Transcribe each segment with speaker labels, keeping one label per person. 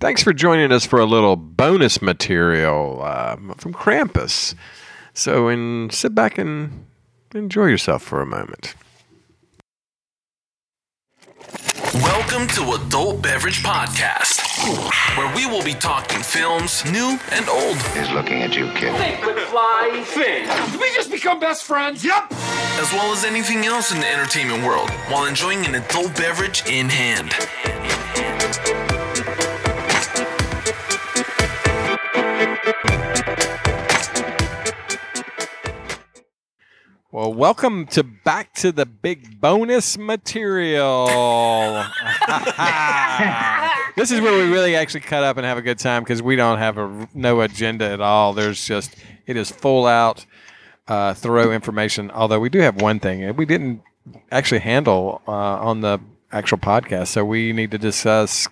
Speaker 1: Thanks for joining us for a little bonus material uh, from Krampus. So, and sit back and enjoy yourself for a moment.
Speaker 2: Welcome to Adult Beverage Podcast, where we will be talking films, new and old,
Speaker 3: is looking at you, kid.
Speaker 4: fly thing. Did we just become best friends? Yep.
Speaker 2: as well as anything else in the entertainment world, while enjoying an adult beverage in hand.
Speaker 1: Well, welcome to back to the big bonus material. this is where we really actually cut up and have a good time because we don't have a no agenda at all. There's just it is full out, uh, thorough information. Although we do have one thing that we didn't actually handle uh, on the actual podcast, so we need to discuss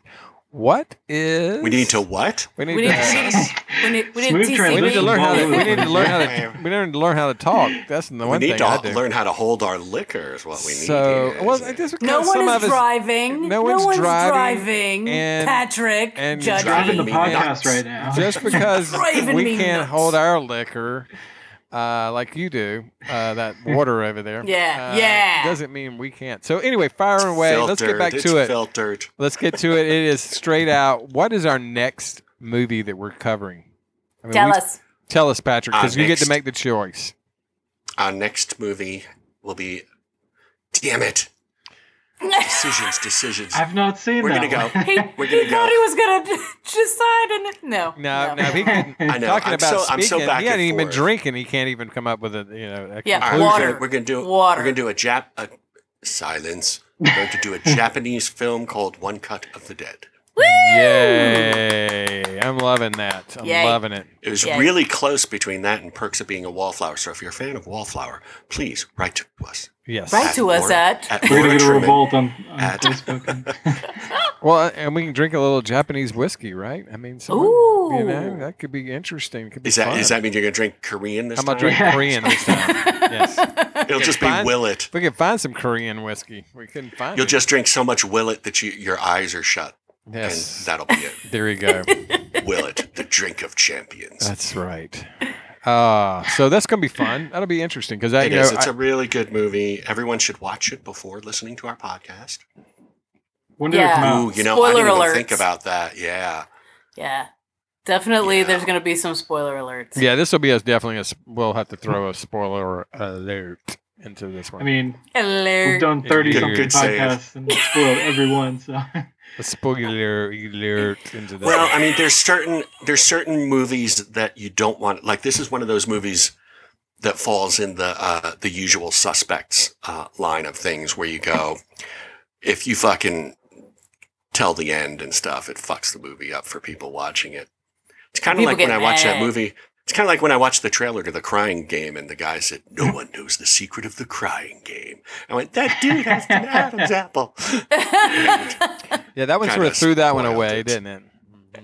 Speaker 1: what is
Speaker 5: We need to what?
Speaker 1: we need,
Speaker 6: We
Speaker 1: to,
Speaker 6: didn't. We didn't. We didn't, we didn't
Speaker 7: Smooth
Speaker 6: CC
Speaker 1: we need to
Speaker 6: me.
Speaker 1: learn how to, we need to learn how to
Speaker 5: Yeah.
Speaker 1: we need to learn how to talk. That's the one
Speaker 5: we
Speaker 1: thing
Speaker 5: need to
Speaker 1: I do.
Speaker 5: learn how to hold our liquor is what we need.
Speaker 1: so,
Speaker 5: here.
Speaker 1: well, I guess
Speaker 6: No
Speaker 1: some
Speaker 6: one
Speaker 1: of
Speaker 6: is
Speaker 1: us-
Speaker 6: driving.
Speaker 1: no one's driving
Speaker 6: driving.
Speaker 1: and-
Speaker 6: Patrick.
Speaker 1: and
Speaker 6: Judge
Speaker 7: driving the
Speaker 6: me.
Speaker 7: podcast right now.
Speaker 1: Just because
Speaker 6: Driving
Speaker 1: we
Speaker 6: me
Speaker 1: can't
Speaker 6: nuts.
Speaker 1: hold our liquor uh, like you do, uh, that water over there,
Speaker 6: Yeah,
Speaker 1: uh,
Speaker 6: yeah.
Speaker 1: doesn't mean we can't. So anyway, fire away. Let's get
Speaker 5: Filtered,
Speaker 1: back
Speaker 5: it's
Speaker 1: to it.
Speaker 5: Filtered.
Speaker 1: Let's get to it. It is straight out. What is our next movie that we're covering? I mean,
Speaker 6: Tell
Speaker 1: we-
Speaker 6: us.
Speaker 1: Tell us, Patrick, because
Speaker 5: Our
Speaker 1: you get to
Speaker 5: next-
Speaker 1: make the choice.
Speaker 5: Our next movie will be. Damn it! Decisions, decisions.
Speaker 7: I've not seen
Speaker 5: We're
Speaker 7: that.
Speaker 5: gonna go.
Speaker 7: one.
Speaker 6: He,
Speaker 5: We're
Speaker 6: he
Speaker 5: gonna
Speaker 6: thought he
Speaker 5: go.
Speaker 6: was going to decide and no.
Speaker 1: No, no, he couldn't.
Speaker 5: I know.
Speaker 1: Talking
Speaker 5: I'm
Speaker 1: about
Speaker 5: so, I'm
Speaker 1: speaking,
Speaker 5: so back
Speaker 1: he hadn't
Speaker 5: and
Speaker 1: even been
Speaker 5: forth.
Speaker 1: drinking. He can't even come up with a you know. A
Speaker 6: Yeah,
Speaker 5: All right,
Speaker 1: conclusion.
Speaker 6: Water.
Speaker 5: We're gonna, we're gonna do.
Speaker 6: Water.
Speaker 5: We're gonna do a Jap. A, silence. We're going to do a Japanese film called One Cut of the Dead.
Speaker 1: Yay! I'm loving that. I'm
Speaker 6: Yay.
Speaker 1: loving it.
Speaker 5: It was
Speaker 6: Yeah.
Speaker 5: really close between that and Perks of Being a Wallflower. So if you're a fan of Wallflower, please write to us.
Speaker 1: Yes.
Speaker 6: Right. to us
Speaker 5: Laura-
Speaker 6: at-
Speaker 7: We're
Speaker 5: Laura
Speaker 7: gonna get a
Speaker 5: Truman.
Speaker 7: revolt on, on
Speaker 5: At-
Speaker 7: Facebook. And,
Speaker 1: Well, uh, and we can drink a little Japanese whiskey, right? I mean, someone, you know,
Speaker 6: Ooh.
Speaker 1: that could be interesting. It could be
Speaker 5: Is that
Speaker 1: fun.
Speaker 5: is that mean you're gonna drink Korean this
Speaker 1: I'm gonna
Speaker 5: time?
Speaker 1: drink
Speaker 7: Yeah.
Speaker 1: Korean this time. yes. If
Speaker 5: It'll just be
Speaker 1: Fine.
Speaker 5: Willet.
Speaker 1: we could find some Korean whiskey, we couldn't find.
Speaker 5: You'll
Speaker 1: it.
Speaker 5: just drink so much Willet that you your eyes are shut,
Speaker 1: yes.
Speaker 5: and that'll be it.
Speaker 1: there you go.
Speaker 5: Willet, the drink of champions.
Speaker 1: That's right. Uh, so that's gonna be fun. That'll be interesting because I
Speaker 5: It
Speaker 1: you
Speaker 5: is.
Speaker 1: know
Speaker 5: It's
Speaker 1: I-
Speaker 5: a really good movie. Everyone should watch it before listening to our podcast.
Speaker 7: when did
Speaker 6: Yeah.
Speaker 7: it come out?
Speaker 5: Ooh, you know, I
Speaker 6: Oh, Spoiler
Speaker 5: didn't
Speaker 6: alerts.
Speaker 5: even think about that. Yeah,
Speaker 6: Yeah. Definitely
Speaker 5: Yeah.
Speaker 6: there's going to be some spoiler alerts.
Speaker 1: yeah, this will be us definitely. A, s- we'll have to throw a spoiler alert into this one.
Speaker 7: I mean,
Speaker 6: Alert.
Speaker 7: we've done
Speaker 1: Yeah,
Speaker 7: thirty
Speaker 1: good-
Speaker 7: something
Speaker 5: good save.
Speaker 7: podcasts and spoiled every one. So
Speaker 1: a spoiler alert into this.
Speaker 5: Well, I mean, there's certain there's certain movies that you don't want. Like this is one of those movies that falls in the uh, the usual suspects uh, line of things where you go, if you fucking tell the end and stuff, it fucks the movie up for people watching it. It's kind of
Speaker 6: People
Speaker 5: like when
Speaker 6: get
Speaker 5: I watch that
Speaker 6: mad.
Speaker 5: movie. It's kind of like when I watched the trailer to The Crying Game, and the guy said, "No one knows the secret of The Crying Game." I went, "That dude has an Adam's apple."
Speaker 1: yeah, that one sort
Speaker 5: kinda
Speaker 1: of threw that one
Speaker 5: spoiled
Speaker 1: away,
Speaker 5: it.
Speaker 1: didn't it?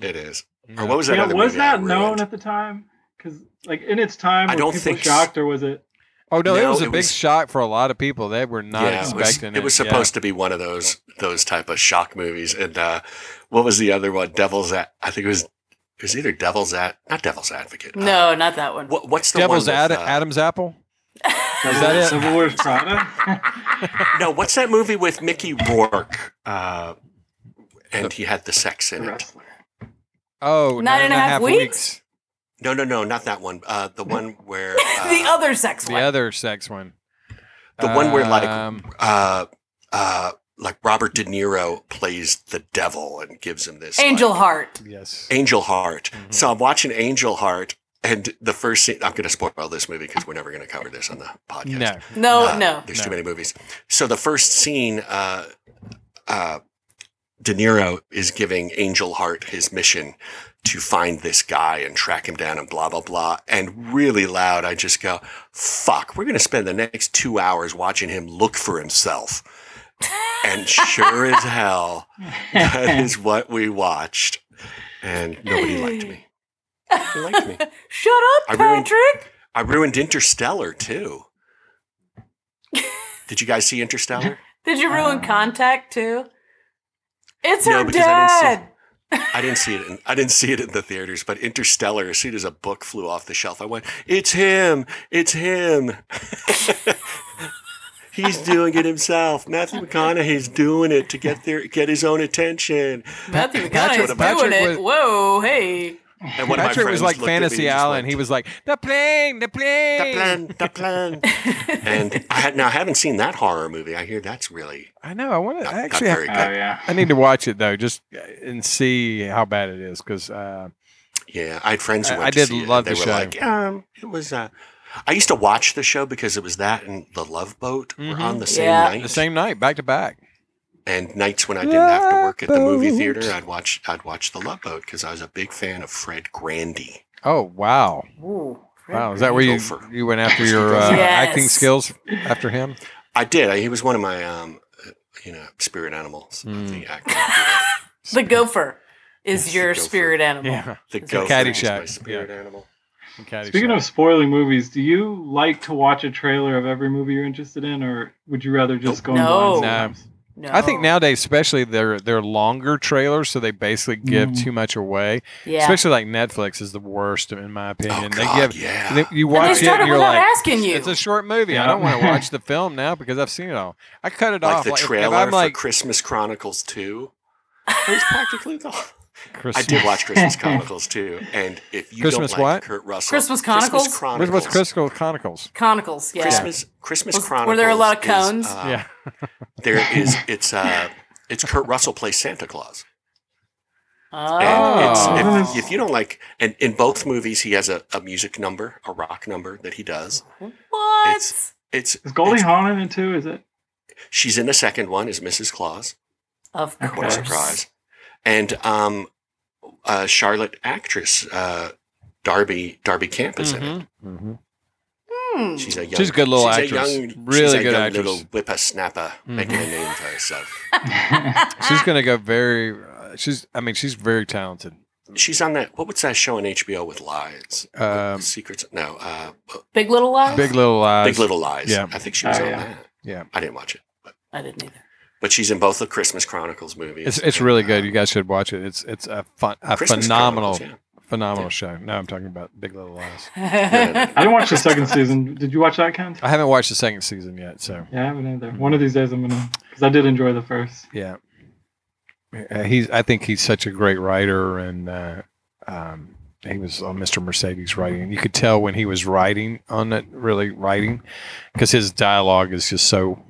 Speaker 5: It is.
Speaker 1: Yeah.
Speaker 5: Or what was that?
Speaker 7: yeah,
Speaker 5: other
Speaker 7: was
Speaker 5: movie I
Speaker 7: that known
Speaker 5: ruined?
Speaker 7: at the time? Because like in its time,
Speaker 5: I
Speaker 7: were
Speaker 5: don't
Speaker 7: people
Speaker 5: think s-
Speaker 7: shocked or was it?
Speaker 1: Oh no, it
Speaker 5: No,
Speaker 1: was a
Speaker 5: it
Speaker 1: big
Speaker 5: was-
Speaker 1: shock for a lot of people. They were not
Speaker 5: it was-
Speaker 1: expecting
Speaker 5: it.
Speaker 1: it.
Speaker 5: was supposed to be one of those those type of shock movies. And uh, what was the other one? Devil's at I think it was it was either Devil's at not Devil's Advocate. Uh,
Speaker 6: no, not that one.
Speaker 5: what, what's the
Speaker 1: yeah. Devil's
Speaker 5: one
Speaker 1: Ad-
Speaker 5: with, uh,
Speaker 1: Adam's apple.
Speaker 7: Is
Speaker 1: that it?
Speaker 7: Civil War's Prada.
Speaker 5: No, what's that movie with Mickey Rourke? Uh, and he had the sex in it.
Speaker 7: Wrestler.
Speaker 1: Oh, nine and a half weeks.
Speaker 5: No, no, no, not that one. Uh, the one where
Speaker 6: the
Speaker 5: uh,
Speaker 6: other sex
Speaker 1: The
Speaker 6: one.
Speaker 1: other sex one.
Speaker 5: The one where, like,
Speaker 1: Um,
Speaker 5: uh, uh, like Robert De Niro plays the devil and gives him this
Speaker 6: Angel
Speaker 5: like,
Speaker 6: Heart.
Speaker 1: yes.
Speaker 5: Angel Heart.
Speaker 1: Mhm.
Speaker 5: So I'm watching Angel Heart, and the first scene. I'm going to spoil this movie because we're never going to cover this on the podcast.
Speaker 1: No.
Speaker 6: No,
Speaker 5: Uh,
Speaker 6: no.
Speaker 5: There's too
Speaker 1: No.
Speaker 5: many movies. So the first scene, uh, uh, De Niro is giving Angel Heart his mission to find this guy and track him down and blah blah blah. And really loud, I just go, "Fuck! We're going to spend the next two hours watching him look for himself." And sure as hell, that is what we watched, and nobody liked me. Nobody liked me.
Speaker 6: Shut
Speaker 5: I
Speaker 6: up,
Speaker 5: ruined-
Speaker 6: Patrick.
Speaker 5: I ruined Interstellar too. Did you guys see Interstellar?
Speaker 6: Did you ruin
Speaker 7: Uh,
Speaker 6: Contact too? It's
Speaker 5: no,
Speaker 6: her
Speaker 5: because I didn't see-
Speaker 6: dad.
Speaker 5: I didn't see it. In, I didn't see it in the theaters, but Interstellar. As soon as a book flew off the shelf, I went, "It's him! It's him! He's doing it himself. Matthew McConaughey's doing it to get their get his own attention."
Speaker 6: Matthew
Speaker 1: Patrick-
Speaker 6: McConaughey's doing
Speaker 1: Patrick
Speaker 6: it.
Speaker 1: was-
Speaker 6: Whoa, hey.
Speaker 5: And one of my
Speaker 1: Patrick was
Speaker 5: friends
Speaker 1: like
Speaker 5: looked at me and
Speaker 1: Fantasy
Speaker 5: just
Speaker 1: Island.
Speaker 5: went,
Speaker 1: he was like, the plane, the plane.
Speaker 5: the plan, the plan. and I had, now I haven't seen that horror movie. I hear that's really
Speaker 1: I know. I want to
Speaker 5: not,
Speaker 1: I
Speaker 5: not
Speaker 1: actually.
Speaker 5: very
Speaker 1: Have,
Speaker 7: Oh
Speaker 5: good.
Speaker 7: yeah.
Speaker 1: I need to watch it though, just uh, and see how bad it is, because uh,
Speaker 5: yeah, I had friends who
Speaker 1: I-
Speaker 5: went
Speaker 1: I
Speaker 5: to
Speaker 1: did
Speaker 5: see it, and
Speaker 1: love
Speaker 5: they
Speaker 1: the
Speaker 5: were
Speaker 1: show.
Speaker 5: like, um, it was. Uh, I used to watch the show because it was that and The Love Boat were
Speaker 1: Mhm.
Speaker 5: on the same
Speaker 6: Yeah.
Speaker 5: night.
Speaker 1: the same night, back to back.
Speaker 5: and nights when I didn't have to work at the movie
Speaker 1: Love
Speaker 5: theater,
Speaker 1: Boat.
Speaker 5: I'd watch I'd watch The Love Boat because I was a big fan of Fred Grandy.
Speaker 1: Oh wow,
Speaker 6: Ooh.
Speaker 1: wow! Is that where you
Speaker 5: Gopher.
Speaker 1: you went after your uh,
Speaker 6: Yes.
Speaker 1: acting skills after him?
Speaker 5: I did. I, he was one of my um, uh, you know spirit animals. Of
Speaker 1: Mm.
Speaker 5: the actor.
Speaker 6: The gopher is
Speaker 5: Yes, the
Speaker 6: your
Speaker 5: gopher.
Speaker 6: spirit animal.
Speaker 1: Yeah,
Speaker 5: The
Speaker 6: It's
Speaker 5: gopher
Speaker 1: Caddyshack,
Speaker 5: was my spirit animal.
Speaker 7: Speaking of spoiling movies, do you like to watch a trailer of every movie you're interested in, or would you rather just go? in
Speaker 6: No.
Speaker 7: blind
Speaker 1: No.
Speaker 7: sometimes?
Speaker 6: No.
Speaker 1: I think nowadays, especially they're they're longer trailers, so they basically give
Speaker 7: Mm.
Speaker 1: too much away.
Speaker 6: Yeah.
Speaker 1: Especially like Netflix is the worst, in my opinion.
Speaker 5: Oh,
Speaker 1: they
Speaker 5: God,
Speaker 1: give
Speaker 5: yeah.
Speaker 1: they- you
Speaker 6: and they
Speaker 1: watch it
Speaker 6: started
Speaker 1: and you're
Speaker 6: without
Speaker 1: like,
Speaker 6: asking you.
Speaker 1: it's a short movie. I don't
Speaker 7: Yeah.
Speaker 1: want to watch the film now because I've seen it all. I cut it
Speaker 5: like
Speaker 1: off.
Speaker 5: the
Speaker 1: if- if
Speaker 5: trailer
Speaker 1: I'm like
Speaker 5: for Christmas Chronicles 2. It was practically the I
Speaker 1: Christmas.
Speaker 5: did watch Christmas Chronicles 2. And if you
Speaker 1: Christmas
Speaker 5: don't like
Speaker 1: what?
Speaker 5: Kurt Russell,
Speaker 6: Christmas Chronicles?
Speaker 5: Christmas
Speaker 1: Which
Speaker 5: Chronicles.
Speaker 1: was Crystal Chronicles?
Speaker 6: Conicals, yeah.
Speaker 5: Christmas, Christmas
Speaker 6: Was-
Speaker 5: Chronicles.
Speaker 6: were there a lot of cones?
Speaker 5: Is, uh,
Speaker 1: yeah,
Speaker 5: There is, it's, uh, it's Kurt Russell plays Santa Claus.
Speaker 6: Oh.
Speaker 5: And
Speaker 7: Oh.
Speaker 5: it's, if, if you don't like, and in both movies, he has a, a music number, a rock number that he does.
Speaker 6: what?
Speaker 5: it's- It's,
Speaker 7: Is Goldie
Speaker 5: it's-
Speaker 7: Hawn in it too? Is it?
Speaker 5: she's in the second one as Mrs. Claus.
Speaker 6: of course.
Speaker 7: Okay.
Speaker 5: What a surprise. And um, uh, Charlotte actress uh, Darby Darby Camp is in it.
Speaker 6: Mm-hmm.
Speaker 1: hmm
Speaker 6: Hmm.
Speaker 5: She's a young,
Speaker 1: She's a good little
Speaker 5: she's
Speaker 1: actress.
Speaker 5: A young,
Speaker 1: Really
Speaker 5: she's a
Speaker 1: good
Speaker 5: young
Speaker 1: actress. Mm-hmm.
Speaker 5: Little whippersnapper making a name for herself.
Speaker 1: She's gonna go very. Uh, she's. I mean, she's very talented.
Speaker 5: She's on that. What was that show on HBO with lies?
Speaker 1: Um,
Speaker 5: Secrets? No. Uh,
Speaker 6: Big Little Lies?
Speaker 1: Big Little Lies.
Speaker 5: Big Little Lies.
Speaker 1: yeah.
Speaker 5: I think she was
Speaker 7: Oh,
Speaker 5: on
Speaker 7: yeah.
Speaker 5: that.
Speaker 1: Yeah.
Speaker 5: I didn't watch it, but,
Speaker 6: I didn't either.
Speaker 5: but she's in both the Christmas Chronicles movies.
Speaker 1: It's it's
Speaker 5: and,
Speaker 1: really
Speaker 5: uh,
Speaker 1: good. You guys should watch it. It's it's a fun, a
Speaker 5: Christmas
Speaker 1: phenomenal,
Speaker 5: Chronicles,
Speaker 1: phenomenal show. No, I'm talking about Big Little Lies.
Speaker 5: yeah. No, no, no.
Speaker 7: I didn't watch the second season. Did you watch that, Ken?
Speaker 1: I haven't watched the second season yet, so
Speaker 7: Yeah, I haven't either. One of these days I'm gonna, because I did enjoy the first.
Speaker 1: yeah. Uh, He's. I think he's such a great writer, and uh, um, he was on Mr. Mercedes writing. You could tell when he was writing on it, really writing, because his dialogue is just so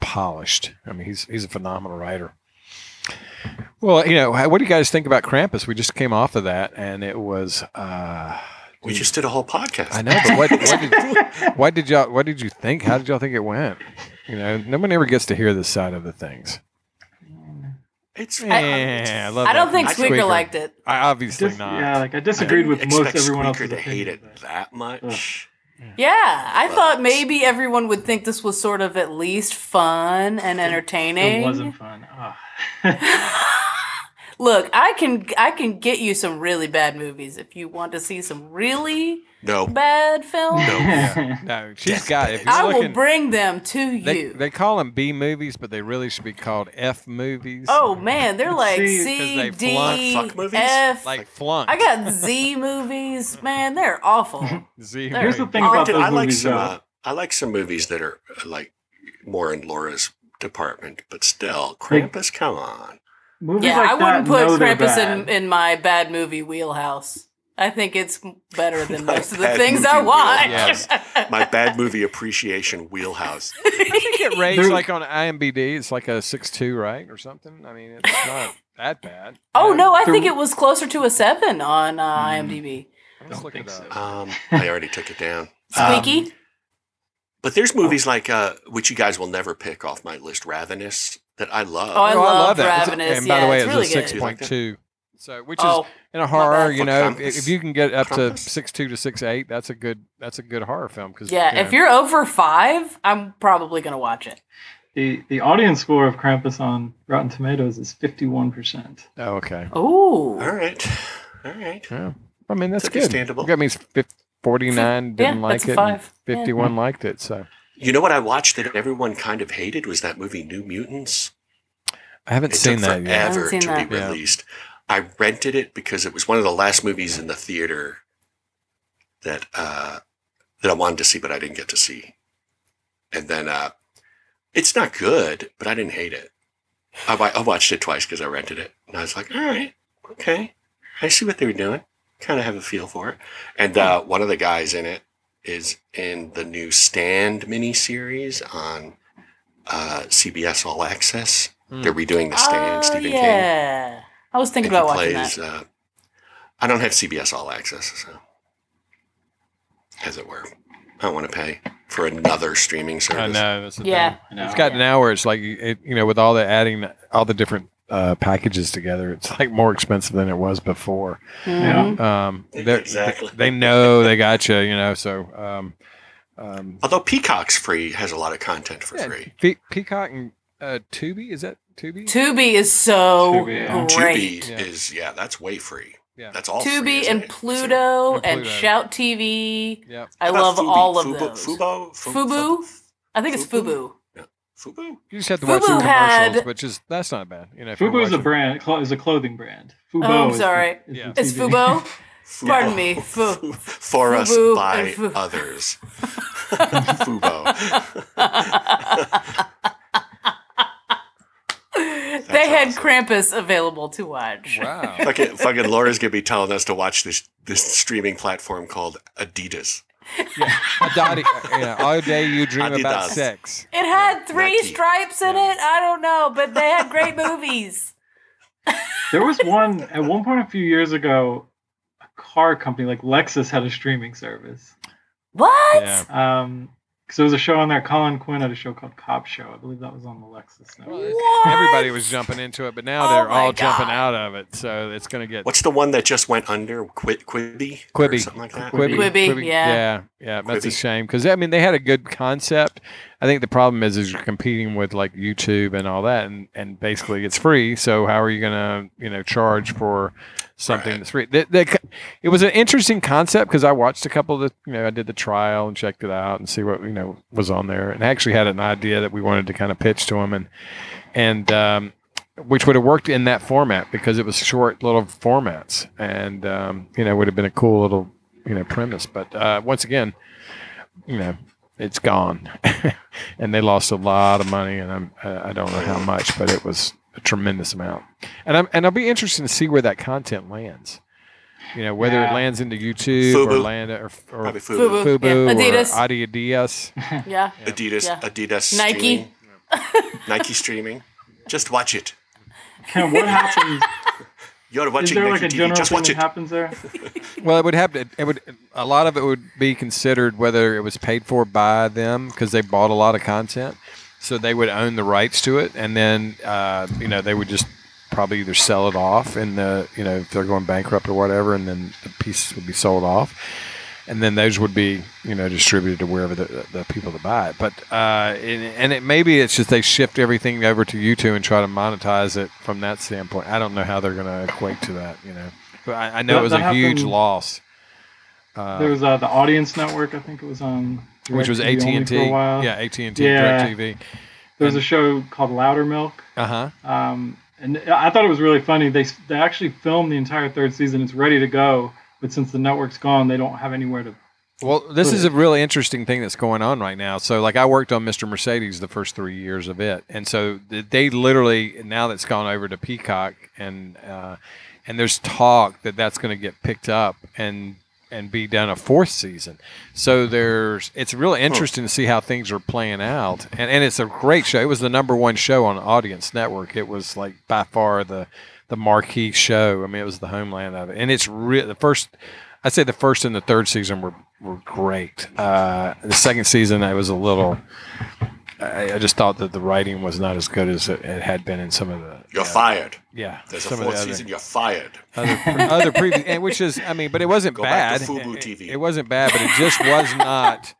Speaker 1: polished. I mean, he's he's a phenomenal writer. Well, you know, what do you guys think about Krampus? We just came off of that, and it was. Uh,
Speaker 5: We just did a whole podcast.
Speaker 1: I know, but what, what did why did y'all what did you think? How did y'all think it went? You know, no one ever gets to hear this side of the things.
Speaker 5: It's
Speaker 1: Yeah, I love
Speaker 6: I don't
Speaker 1: that.
Speaker 6: think
Speaker 5: I-
Speaker 6: Squeaker
Speaker 1: Squeaker.
Speaker 6: liked it.
Speaker 1: I obviously
Speaker 7: Dis-
Speaker 1: not.
Speaker 7: yeah, like I disagreed with
Speaker 5: Didn't
Speaker 7: most
Speaker 5: expect
Speaker 7: everyone else.
Speaker 5: Squeaker to hate it that much.
Speaker 6: Yeah, I
Speaker 5: Hmm. Well,
Speaker 6: thought
Speaker 5: it's-
Speaker 6: maybe everyone would think this was sort of at least fun and entertaining.
Speaker 7: It wasn't fun. Ah.
Speaker 6: Look, I can I can get you some really bad movies if you want to see some really
Speaker 5: No.
Speaker 6: bad films.
Speaker 1: No, she's got it. If you're
Speaker 6: I will
Speaker 1: looking,
Speaker 6: bring them to
Speaker 1: they,
Speaker 6: you.
Speaker 1: they call them B movies, but they really should be called F movies.
Speaker 6: oh man, they're like
Speaker 7: See,
Speaker 1: 'cause they
Speaker 6: C, D,
Speaker 1: flunk
Speaker 5: fuck movies?
Speaker 6: F.
Speaker 1: like flunk.
Speaker 6: I got Z movies. Man, they're awful.
Speaker 1: Z.
Speaker 7: Here's the
Speaker 1: movies.
Speaker 7: thing
Speaker 6: I
Speaker 7: about
Speaker 5: Dude,
Speaker 7: those
Speaker 5: I like
Speaker 7: movies,
Speaker 5: some.
Speaker 7: though.
Speaker 5: Uh, I like some movies that are uh, like more in Laura's department, but still,
Speaker 7: Like-
Speaker 5: Krampus. Come on,
Speaker 7: movies
Speaker 6: yeah,
Speaker 7: like
Speaker 6: I
Speaker 7: that,
Speaker 6: wouldn't put
Speaker 7: no, they're
Speaker 6: Krampus in,
Speaker 7: bad.
Speaker 6: in my bad movie wheelhouse. I think it's better than
Speaker 5: My
Speaker 6: most of the
Speaker 5: bad
Speaker 6: things
Speaker 5: movie
Speaker 6: I watch.
Speaker 1: wheelhouse.
Speaker 5: my bad movie appreciation wheelhouse.
Speaker 1: It rates
Speaker 7: There's-
Speaker 1: like on IMDb, it's like a six two, right, or something. I mean, it's not that bad.
Speaker 6: oh no, I
Speaker 7: There-
Speaker 6: think it was closer to a seven on uh,
Speaker 1: Mm-hmm.
Speaker 6: IMDb.
Speaker 1: Let's
Speaker 7: Don't
Speaker 1: look
Speaker 7: think
Speaker 1: it
Speaker 7: so.
Speaker 1: up.
Speaker 5: Um, I already took it down. Um,
Speaker 6: Squeaky.
Speaker 5: but
Speaker 7: Oh.
Speaker 5: there's movies like uh, which you guys will never pick off my list, Ravenous, that I love.
Speaker 6: Oh, I
Speaker 1: Oh,
Speaker 6: love
Speaker 1: that. It's-
Speaker 6: Ravenous.
Speaker 1: And by
Speaker 6: Yeah,
Speaker 1: the way,
Speaker 6: it's
Speaker 1: it's,
Speaker 6: really
Speaker 1: a
Speaker 6: good.
Speaker 1: six point two. So, which is
Speaker 6: oh,
Speaker 1: in a horror,
Speaker 6: bad.
Speaker 1: you know,
Speaker 5: For
Speaker 1: if, if
Speaker 5: Krampus?
Speaker 1: you can get up to
Speaker 5: Krampus?
Speaker 1: six two to six eight, that's a good that's a good horror film. Because
Speaker 6: yeah. If you're over five, I'm probably gonna watch it.
Speaker 7: The the audience score of Krampus on Rotten Tomatoes is fifty one percent.
Speaker 1: oh, okay,
Speaker 6: Ooh.
Speaker 5: all right, all right.
Speaker 1: yeah, I mean that's
Speaker 5: It's
Speaker 1: good.
Speaker 5: understandable.
Speaker 1: That means forty nine
Speaker 6: Yeah,
Speaker 1: didn't like
Speaker 6: that's a
Speaker 1: it,
Speaker 6: five. Yeah.
Speaker 1: fifty one liked it. So
Speaker 5: You know what I watched that everyone kind of hated was that movie New Mutants.
Speaker 1: I haven't
Speaker 5: It
Speaker 1: seen
Speaker 5: took
Speaker 1: that yet.
Speaker 5: forever
Speaker 6: Haven't seen
Speaker 5: to
Speaker 6: that.
Speaker 5: be
Speaker 1: Yeah.
Speaker 5: released. I rented it because it was one of the last movies in the theater that uh, that I wanted to see, but I didn't get to see. And then uh, it's not good, but I didn't hate it. I, wa- I watched it twice because I rented it, and I was like, all right, okay, I see what they were doing. Kind of have a feel for it. And
Speaker 1: Hmm.
Speaker 5: uh, one of the guys in it is in the new Stand miniseries on uh, CBS All Access.
Speaker 1: Hmm.
Speaker 5: They're redoing the Stand,
Speaker 6: Oh,
Speaker 5: Stephen King.
Speaker 6: yeah. I was thinking about watching that.
Speaker 5: Uh, I don't have CBS All Access, so as it were, I don't want to pay for another streaming service.
Speaker 1: I know.
Speaker 5: uh,
Speaker 1: That's the
Speaker 6: Yeah.
Speaker 1: thing.
Speaker 7: I know.
Speaker 1: It's gotten now where it's like it, you know, with all the adding all the different uh, packages together, it's like more expensive than it was before.
Speaker 7: Yeah.
Speaker 1: Um, they're-
Speaker 5: Exactly.
Speaker 1: They, know they got you, you know. So, um, um,
Speaker 5: Although Peacock's free has a lot of content for
Speaker 1: yeah,
Speaker 5: free.
Speaker 1: Pe- Peacock and uh, Tubi is that Tubi?
Speaker 6: Tubi is so
Speaker 7: Tubi, yeah.
Speaker 6: great.
Speaker 5: Tubi
Speaker 1: Yeah.
Speaker 5: is yeah, that's way free.
Speaker 1: Yeah.
Speaker 5: That's all. free,
Speaker 6: Tubi
Speaker 5: isn't
Speaker 6: and
Speaker 5: it?
Speaker 6: Pluto
Speaker 1: And
Speaker 6: and
Speaker 1: Pluto.
Speaker 6: Shout TV.
Speaker 1: Yep.
Speaker 6: I
Speaker 5: How about
Speaker 6: love
Speaker 5: Fubi?
Speaker 6: all of
Speaker 5: Fubo,
Speaker 6: those.
Speaker 5: Fubo, Fu-
Speaker 6: Fubu? I think it's
Speaker 5: Fubu?
Speaker 6: Fubu.
Speaker 5: Fubu.
Speaker 1: You just have to
Speaker 6: Fubu
Speaker 1: watch the commercials,
Speaker 6: had-
Speaker 1: which is that's not bad. You know, if you're
Speaker 7: Fubo is a
Speaker 1: watching-
Speaker 7: brand, clo- is a clothing brand. Fubo.
Speaker 6: Oh, I'm
Speaker 7: is the-
Speaker 6: sorry.
Speaker 7: is the
Speaker 1: Yeah.
Speaker 6: It's
Speaker 7: TV.
Speaker 6: Fubo.
Speaker 5: Fubo.
Speaker 6: Pardon me. Fu-
Speaker 5: for us
Speaker 6: Fubu
Speaker 5: by
Speaker 6: and Fu-
Speaker 5: others. Fubo.
Speaker 6: they had
Speaker 5: awesome.
Speaker 6: Krampus available to watch.
Speaker 1: Wow.
Speaker 5: fucking, fucking Laura's gonna be telling us to watch this this streaming platform called Adidas.
Speaker 1: Dottie, yeah, all day you dream about
Speaker 5: Adidas.
Speaker 1: sex.
Speaker 6: It had three
Speaker 5: Nike.
Speaker 6: stripes in it. I don't know, but they had great movies.
Speaker 7: There was one at one point a few years ago. A car company like Lexus had a streaming service.
Speaker 6: What?
Speaker 1: Yeah.
Speaker 7: Um, because there was a show on there. Colin Quinn had a show called Cop Show. I believe that was on the Lexus. Network.
Speaker 6: What?
Speaker 1: Everybody was jumping into it, but now
Speaker 6: Oh
Speaker 1: they're
Speaker 6: my
Speaker 1: all jumping out
Speaker 6: God.
Speaker 1: of it. So it's going to get
Speaker 5: What's the one that just went under? Qui- Quibi? Or
Speaker 1: Quibi.
Speaker 5: something like that.
Speaker 1: Quibi.
Speaker 6: Quibi, yeah.
Speaker 1: yeah, yeah. That's a
Speaker 5: Quibi.
Speaker 1: shame because I mean they had a good concept. I think the problem is is you're competing with like YouTube and all that, and and basically it's free. So how are you gonna you know charge for something
Speaker 5: Right.
Speaker 1: that's free? They, they, c- it was an interesting concept because I watched a couple of the you know I did the trial and checked it out and see what you know was on there, and I actually had an idea that we wanted to kind of pitch to them and and um, which would have worked in that format because it was short little formats and um, you know would have been a cool little you know premise but uh, once again you know it's gone and they lost a lot of money and I'm, uh, i don't know how much but it was a tremendous amount and i'm and i'll be interested to see where that content lands you know whether
Speaker 7: Yeah.
Speaker 1: it lands into youtube or
Speaker 5: Fubu.
Speaker 1: land or, or
Speaker 5: Probably Fubu.
Speaker 6: Fubu.
Speaker 1: Fubu
Speaker 6: Yeah.
Speaker 1: or
Speaker 6: Adidas.
Speaker 1: Adidas.
Speaker 6: Yeah.
Speaker 5: Adidas.
Speaker 6: Yeah.
Speaker 5: Adidas.
Speaker 6: Nike.
Speaker 5: Streaming. Nike streaming. Just watch it.
Speaker 7: Ken, what happens?
Speaker 5: You're
Speaker 7: Is
Speaker 5: watching
Speaker 7: there like
Speaker 5: Nike
Speaker 7: a
Speaker 5: TV.
Speaker 7: general
Speaker 5: Just
Speaker 7: thing
Speaker 5: watch
Speaker 7: that
Speaker 5: it.
Speaker 7: happens there?
Speaker 1: Well, it would have to. It would. A lot of it would be considered whether it was paid for by them because they bought a lot of content, so they would own the rights to it, and then uh, you know they would just probably either sell it off in the you know if they're going bankrupt or whatever, and then the pieces would be sold off, and then those would be you know distributed to wherever the, the people that buy it. But uh, and, and it maybe it's just they shift everything over to YouTube and try to monetize it from that standpoint. I don't know how they're going to equate to that. You know, but I, I know
Speaker 7: That-
Speaker 1: it was a
Speaker 7: that
Speaker 1: huge
Speaker 7: happened-
Speaker 1: loss,
Speaker 7: there
Speaker 1: uh,
Speaker 7: was uh, the Audience Network. I think it was on.
Speaker 1: which was AT
Speaker 7: DirecTV only
Speaker 1: and
Speaker 7: for a
Speaker 1: T.
Speaker 7: while.
Speaker 1: Yeah, AT and T,
Speaker 7: Yeah.
Speaker 1: DirecTV.
Speaker 7: There was a show called Louder Milk.
Speaker 1: Uh huh.
Speaker 7: Um, and I thought it was really funny. They they actually filmed the entire third season. It's ready to go, but since the network's gone, they don't have anywhere to.
Speaker 1: Uh, Well, this
Speaker 7: But-
Speaker 1: is a really interesting thing that's going on right now. So, like, I worked on Mr. Mercedes the first three years of it, and so th- they literally now that's gone over to Peacock, and uh, and there's talk that that's going to get picked up and and be done a fourth season. So there's it's really interesting to see how things are playing out, and and it's a great show. It was the number one show on Audience Network. It was like by far the the marquee show. I mean, it was the homeland of it, and it's real. The first, I'd say, the first and the third season were were great. Uh, the second season, I was a little. I, I just thought that the writing was not as good as it, it had been in some of the.
Speaker 5: You're fired.
Speaker 1: Yeah,
Speaker 5: There's a
Speaker 1: some
Speaker 5: fourth
Speaker 1: of the
Speaker 5: season. You're fired.
Speaker 1: other other, pre- other previ- and which is, I mean, but it wasn't
Speaker 5: Go back
Speaker 1: bad.
Speaker 5: to Fubu
Speaker 1: It-
Speaker 5: TV.
Speaker 1: It, wasn't bad, but it just was not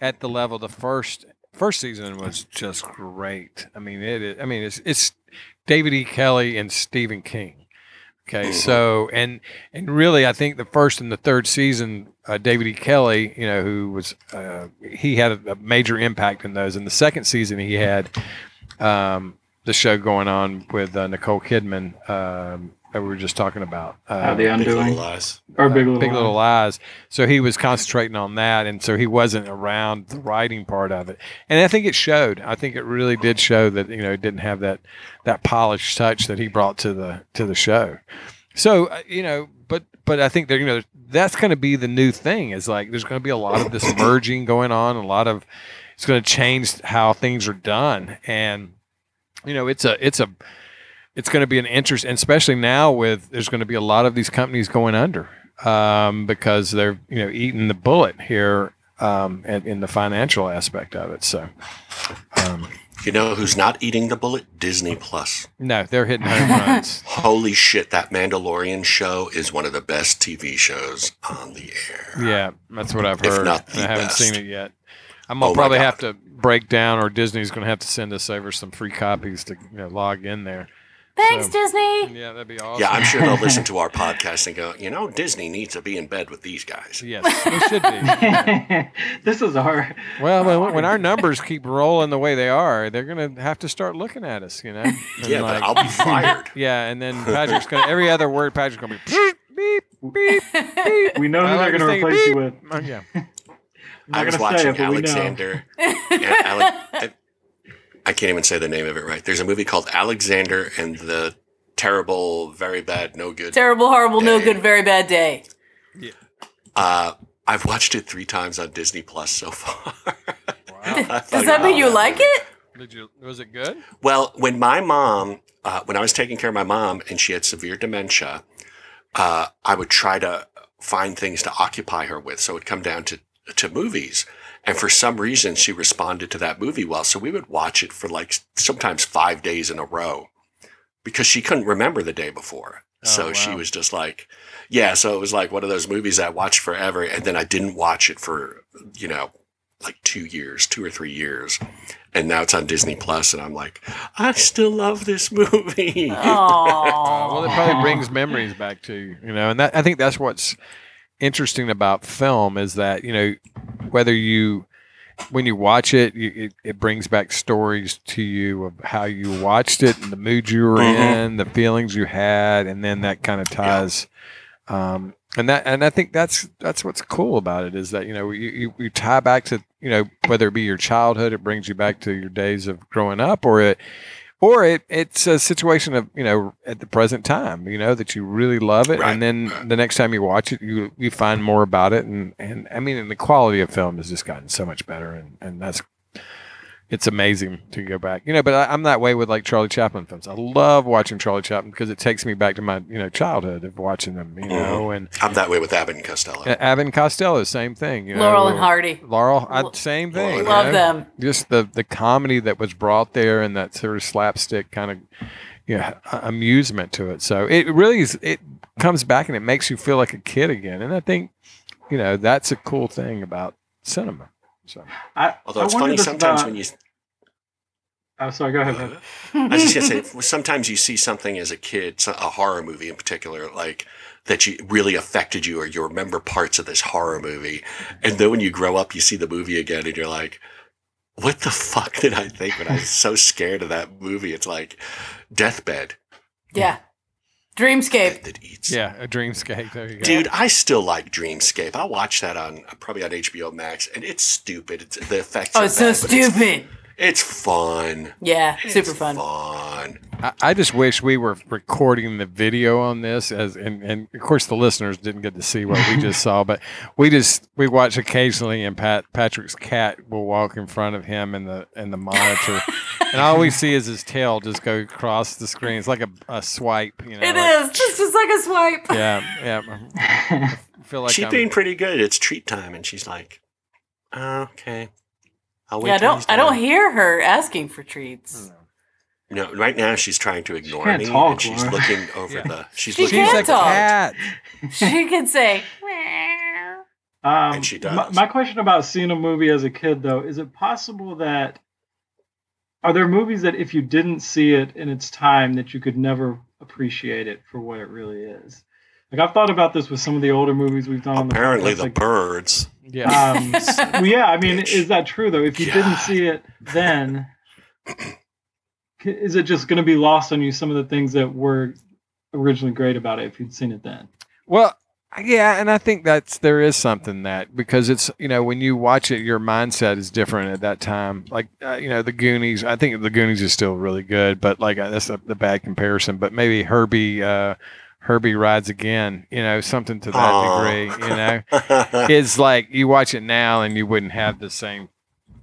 Speaker 1: at the level the first first season was just great. I mean, it. Is, I mean, it's it's David E. Kelly and Stephen King. Okay, so and and really, I think the first and the third season, uh, David E. Kelly, you know, who was uh, he had a, a major impact in those. And the second season, he had um, the show going on with uh, Nicole Kidman, um, that we were just talking about.
Speaker 7: Uh,
Speaker 1: Uh,
Speaker 7: the
Speaker 5: Big Little
Speaker 7: undoing
Speaker 5: Lies.
Speaker 7: or big little
Speaker 1: Big
Speaker 7: Lies.
Speaker 1: Little Lies. So he was concentrating on that, and so he wasn't around the writing part of it. And I think it showed. I think it really did show that you know it didn't have that that polished touch that he brought to the to the show. So uh, you know, but but I think that you know that's going to be the new thing. Is like there's going to be a lot of this merging going on. A lot of it's going to change how things are done, and you know it's a it's a it's going to be an interest, and especially now with there's going to be a lot of these companies going under um, because they're you know eating the bullet here um, and in the financial aspect of it. So um,
Speaker 5: You know who's not eating the bullet? Disney Plus.
Speaker 1: no, they're hitting home runs.
Speaker 5: Holy shit, that Mandalorian show is one of the best TV shows on the air.
Speaker 1: Yeah, that's what I've
Speaker 5: If
Speaker 1: heard.
Speaker 5: not
Speaker 1: and
Speaker 5: the
Speaker 1: I haven't
Speaker 5: best.
Speaker 1: seen it yet. I'm gonna
Speaker 5: Oh my
Speaker 1: probably
Speaker 5: God.
Speaker 1: have to break down, or Disney's gonna have to send us over some free copies to you know, log in there.
Speaker 6: Thanks,
Speaker 1: So-
Speaker 6: Disney.
Speaker 1: Yeah, that'd be awesome.
Speaker 5: Yeah, I'm sure they'll listen to our podcast and go, you know, Disney needs to be in bed with these guys.
Speaker 1: yes, we should be.
Speaker 7: this is our
Speaker 1: Well, when, when our numbers keep rolling the way they are, they're gonna have to start looking at us, you know. And
Speaker 5: Yeah,
Speaker 1: like-
Speaker 5: but I'll be fired.
Speaker 1: yeah, and then Patrick's gonna every other word Patrick's gonna be beep beep beep.
Speaker 7: we know who
Speaker 1: I like
Speaker 7: they're going
Speaker 1: this
Speaker 7: to
Speaker 1: thing,
Speaker 7: replace you
Speaker 1: beep.
Speaker 7: with.
Speaker 1: Oh, yeah,
Speaker 7: I'm not
Speaker 5: I was
Speaker 7: gonna say it,
Speaker 5: watching
Speaker 7: but we know.
Speaker 5: Alexander. yeah, Ale- I, I can't even say the name of it right. There's a movie called Alexander and the Terrible, Very Bad, No Good.
Speaker 6: Terrible, horrible, no
Speaker 5: Day.
Speaker 6: good, very bad day.
Speaker 5: uh, I've watched it three times on Disney Plus so far.
Speaker 1: wow.
Speaker 6: Does that mean you like it?
Speaker 1: Did you? Was it good?
Speaker 5: Well, when my mom, uh, when I was taking care of my mom and she had severe dementia, uh, I would try to find things to occupy her with. So it would come down to, to movies. And for some reason, she responded to that movie well. So we would watch it for like sometimes five days in a row because she couldn't remember the day before.
Speaker 1: Oh,
Speaker 5: so she
Speaker 1: wow.
Speaker 5: was just like, yeah. So it was like one of those movies I watched forever. And then I didn't watch it for, you know, like two years, two or three years. And now it's on Disney Plus, and I'm like, I still love this movie.
Speaker 1: Uh, well,
Speaker 6: Oh,
Speaker 1: it probably brings memories back to you, you know, and that I think that's what's interesting about film is that you know whether you when you watch it, you, it, it brings back stories to you of how you watched it and the mood you were
Speaker 5: Mhm.
Speaker 1: in, the feelings you had, and then that kind of ties. Um, and that, and I think that's that's what's cool about it is that you know you, you, you tie back to you know whether it be your childhood, it brings you back to your days of growing up, or it or it it's a situation of you know at the present time you know that you really love it
Speaker 5: Right.
Speaker 1: and then the next time you watch it you you find more about it and and i mean and the quality of film has just gotten so much better and and that's it's amazing to go back you know but I, i'm that way with like charlie chaplin films i love watching charlie chaplin because it takes me back to my you know childhood of watching them you know and
Speaker 5: I'm that way with Abbott and Costello.
Speaker 1: uh, Abbott and costello same thing you know
Speaker 6: Laurel and Hardy.
Speaker 1: laurel I,
Speaker 6: Lo-
Speaker 1: same thing you
Speaker 6: Love
Speaker 1: know?
Speaker 6: them.
Speaker 1: just the the comedy that was brought there and that sort of slapstick kind of yeah amusement to it. So it really is it comes back and it makes you feel like a kid again. And I think you know that's a cool thing about cinema. So
Speaker 7: I,
Speaker 5: Although
Speaker 7: I
Speaker 5: it's
Speaker 7: wondered
Speaker 5: funny
Speaker 7: this
Speaker 5: sometimes
Speaker 7: about-
Speaker 5: when you,
Speaker 7: Oh, sorry. Go
Speaker 5: Uh-huh.
Speaker 7: ahead. Pat.
Speaker 5: I was just gonna say, sometimes you see something as a kid, so- a horror movie in particular, like that you really affected you, or you remember parts of this horror movie, and then when you grow up, you see the movie again, and you're like. What the fuck did I think when I was so scared of that movie? It's like Deathbed
Speaker 6: Yeah. Dreamscape.
Speaker 5: that eats
Speaker 1: yeah, a dreamscape. There you go.
Speaker 5: Dude, I still like Dreamscape. I watch that on uh, probably on HBO Max, and it's stupid. It's, the effects.
Speaker 6: Oh,
Speaker 5: are
Speaker 6: it's so
Speaker 5: bad, but it's-
Speaker 6: stupid.
Speaker 5: It's, fun.
Speaker 6: Yeah, super
Speaker 5: It's
Speaker 6: fun.
Speaker 5: Fun.
Speaker 1: I, I just wish we were recording the video on this as and, and of course the listeners didn't get to see what we just saw, but we just we watch occasionally and Pat Patrick's cat will walk in front of him in the in the monitor. and all we see is his tail just go across the screen. It's like a, a swipe, you know.
Speaker 6: It
Speaker 1: like-
Speaker 6: is. It's just like a swipe.
Speaker 1: Yeah, yeah. I feel like um,
Speaker 5: She's
Speaker 1: I'm-
Speaker 5: being pretty good. It's treat time, and she's like, "Oh, "Okay, I'll wait."
Speaker 6: Yeah, I
Speaker 5: till he's
Speaker 6: don't. I don't
Speaker 5: done."
Speaker 6: hear her asking for treats.
Speaker 5: No, right now she's trying to ignore
Speaker 7: can't
Speaker 5: me,
Speaker 7: talk,
Speaker 5: and she's
Speaker 7: Laura.
Speaker 5: looking over
Speaker 1: Yeah.
Speaker 5: the. She's
Speaker 6: She
Speaker 5: looking
Speaker 1: she's
Speaker 6: can't
Speaker 5: over
Speaker 1: a
Speaker 5: the-
Speaker 6: talk.
Speaker 1: cat.
Speaker 6: she can say.
Speaker 7: Um,
Speaker 5: And she
Speaker 7: my-
Speaker 5: does.
Speaker 7: My, question about seeing a movie as a kid, though, is it possible that are there movies that if you didn't see it in its time, that you could never appreciate it for what it really is? Like I've thought about this with some of the older movies we've done. on
Speaker 5: Apparently,
Speaker 7: the,
Speaker 5: the
Speaker 7: podcast,
Speaker 5: birds.
Speaker 1: Yeah.
Speaker 6: Ah,
Speaker 7: like, um, well, yeah, I mean,
Speaker 5: Bitch.
Speaker 7: is that true though? If you didn't
Speaker 5: God.
Speaker 7: see it then, c- is it just going to be lost on you? Some of the things that were originally great about it if you'd seen it then.
Speaker 1: Well, yeah, and I think that's there is something that because it's you know when you watch it, your mindset is different at that time. Like uh, you know the Goonies, I think the Goonies is still really good, but like uh, that's a, the bad comparison. But maybe Herbie, uh, Herbie rides again, you know, something to that
Speaker 5: Aw.
Speaker 1: degree. You know, it's like you watch it now and you wouldn't have the same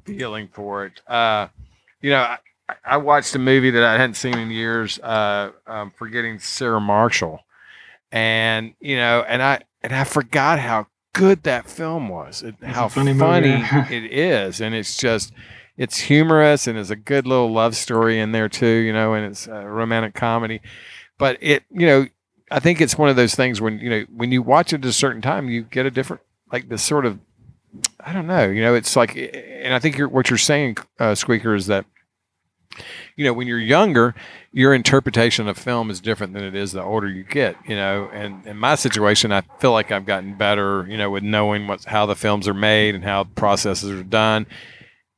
Speaker 1: feeling for it. Uh, you know, I, I watched a movie that I hadn't seen in years, uh, um, forgetting Sarah Marshall, and you know, and I and I forgot how good that film was, it,
Speaker 7: It's a
Speaker 1: how
Speaker 7: funny
Speaker 1: funny,
Speaker 7: movie, yeah.
Speaker 1: it is, and it's just. It's humorous and there's a good little love story in there too, you know, and it's a romantic comedy. But it, you know, I think it's one of those things when you know when you watch it at a certain time, you get a different like this sort of I don't know. You know, it's like, and I think you're, what you're saying, uh, Squeaker, is that you know when you're younger, your interpretation of film is different than it is the older you get. You know, and in my situation, I feel like I've gotten better. You know, with knowing what how the films are made and how processes are done.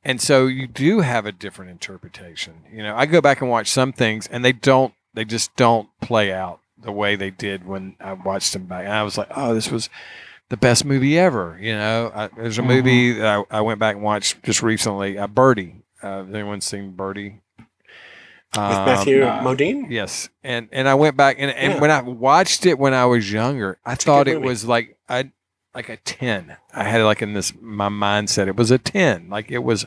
Speaker 1: And so you do have a different interpretation. You know, I go back and watch some things, and they don't, they just don't play out the way they did when I watched them back. And I was like, oh, this was the best movie ever. You know, I, there's a
Speaker 7: Mhm.
Speaker 1: movie that I, I went back and watched just recently, uh, Birdie. Uh, has anyone seen Birdie?
Speaker 5: with Matthew
Speaker 7: uh,
Speaker 5: Modine.
Speaker 1: Um, Yes, and and I went back and, and
Speaker 5: Yeah.
Speaker 1: when I watched it when I was younger, I
Speaker 5: a good
Speaker 1: thought it
Speaker 5: movie.
Speaker 1: was like I like a ten. I had like in this my mindset it was a ten. Like it was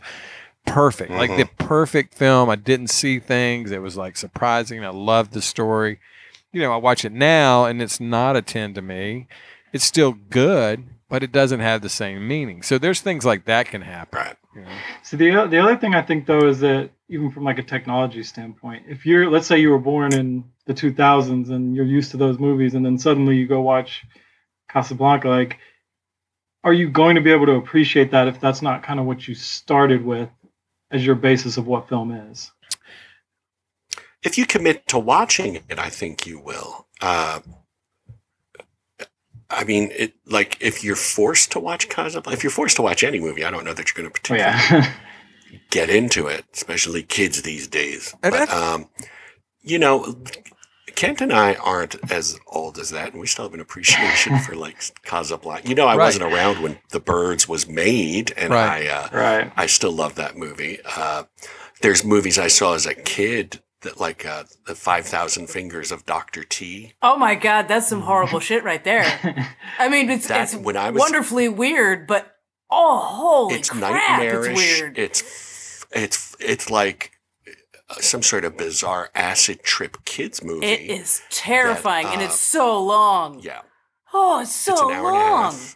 Speaker 1: perfect, like the
Speaker 5: Mm-hmm.
Speaker 1: perfect film. I didn't see things. It was like surprising. I loved the story. You know, I watch it now and it's not a ten to me. It's still good, but it doesn't have the same meaning. So there's things like that can happen.
Speaker 5: Right.
Speaker 1: you know.
Speaker 7: So the the other thing I think though is that even from like a technology standpoint, if you're let's say you were born in the 2000s and you're used to those movies, and then suddenly you go watch Casablanca, like, are you going to be able to appreciate that if that's not kind of what you started with as your basis of what film is?
Speaker 5: If you commit to watching it, I think you will. Uh, I mean, it like if you're forced to watch Casablanca, if you're forced to watch any movie, I don't know that you're going to
Speaker 7: Oh,
Speaker 5: particularly
Speaker 7: yeah,
Speaker 5: get into it, especially kids these days.
Speaker 1: And
Speaker 5: But,
Speaker 1: that's-
Speaker 5: um, you know, Kent and I aren't as old as that, and we still have an appreciation for like Casablanca. You know, I
Speaker 1: Right.
Speaker 5: wasn't around when The Birds was made, and
Speaker 1: Right.
Speaker 5: I uh,
Speaker 7: right.
Speaker 5: I still love that movie. Uh, there's movies I saw as a kid that like uh, the Five Thousand Fingers of Doctor T.
Speaker 6: Oh my god, that's some horrible shit right there. I mean, it's
Speaker 5: That-
Speaker 6: it's
Speaker 5: when I was-
Speaker 6: wonderfully weird, but oh holy
Speaker 5: it's
Speaker 6: crap,
Speaker 5: nightmarish.
Speaker 6: it's
Speaker 5: It's,
Speaker 6: weird.
Speaker 5: it's it's like uh, some sort of bizarre acid trip kids movie.
Speaker 6: It is terrifying, and
Speaker 5: uh,
Speaker 6: it's so long.
Speaker 5: Yeah.
Speaker 6: Oh, it's so
Speaker 5: it's an hour
Speaker 6: long. Uh,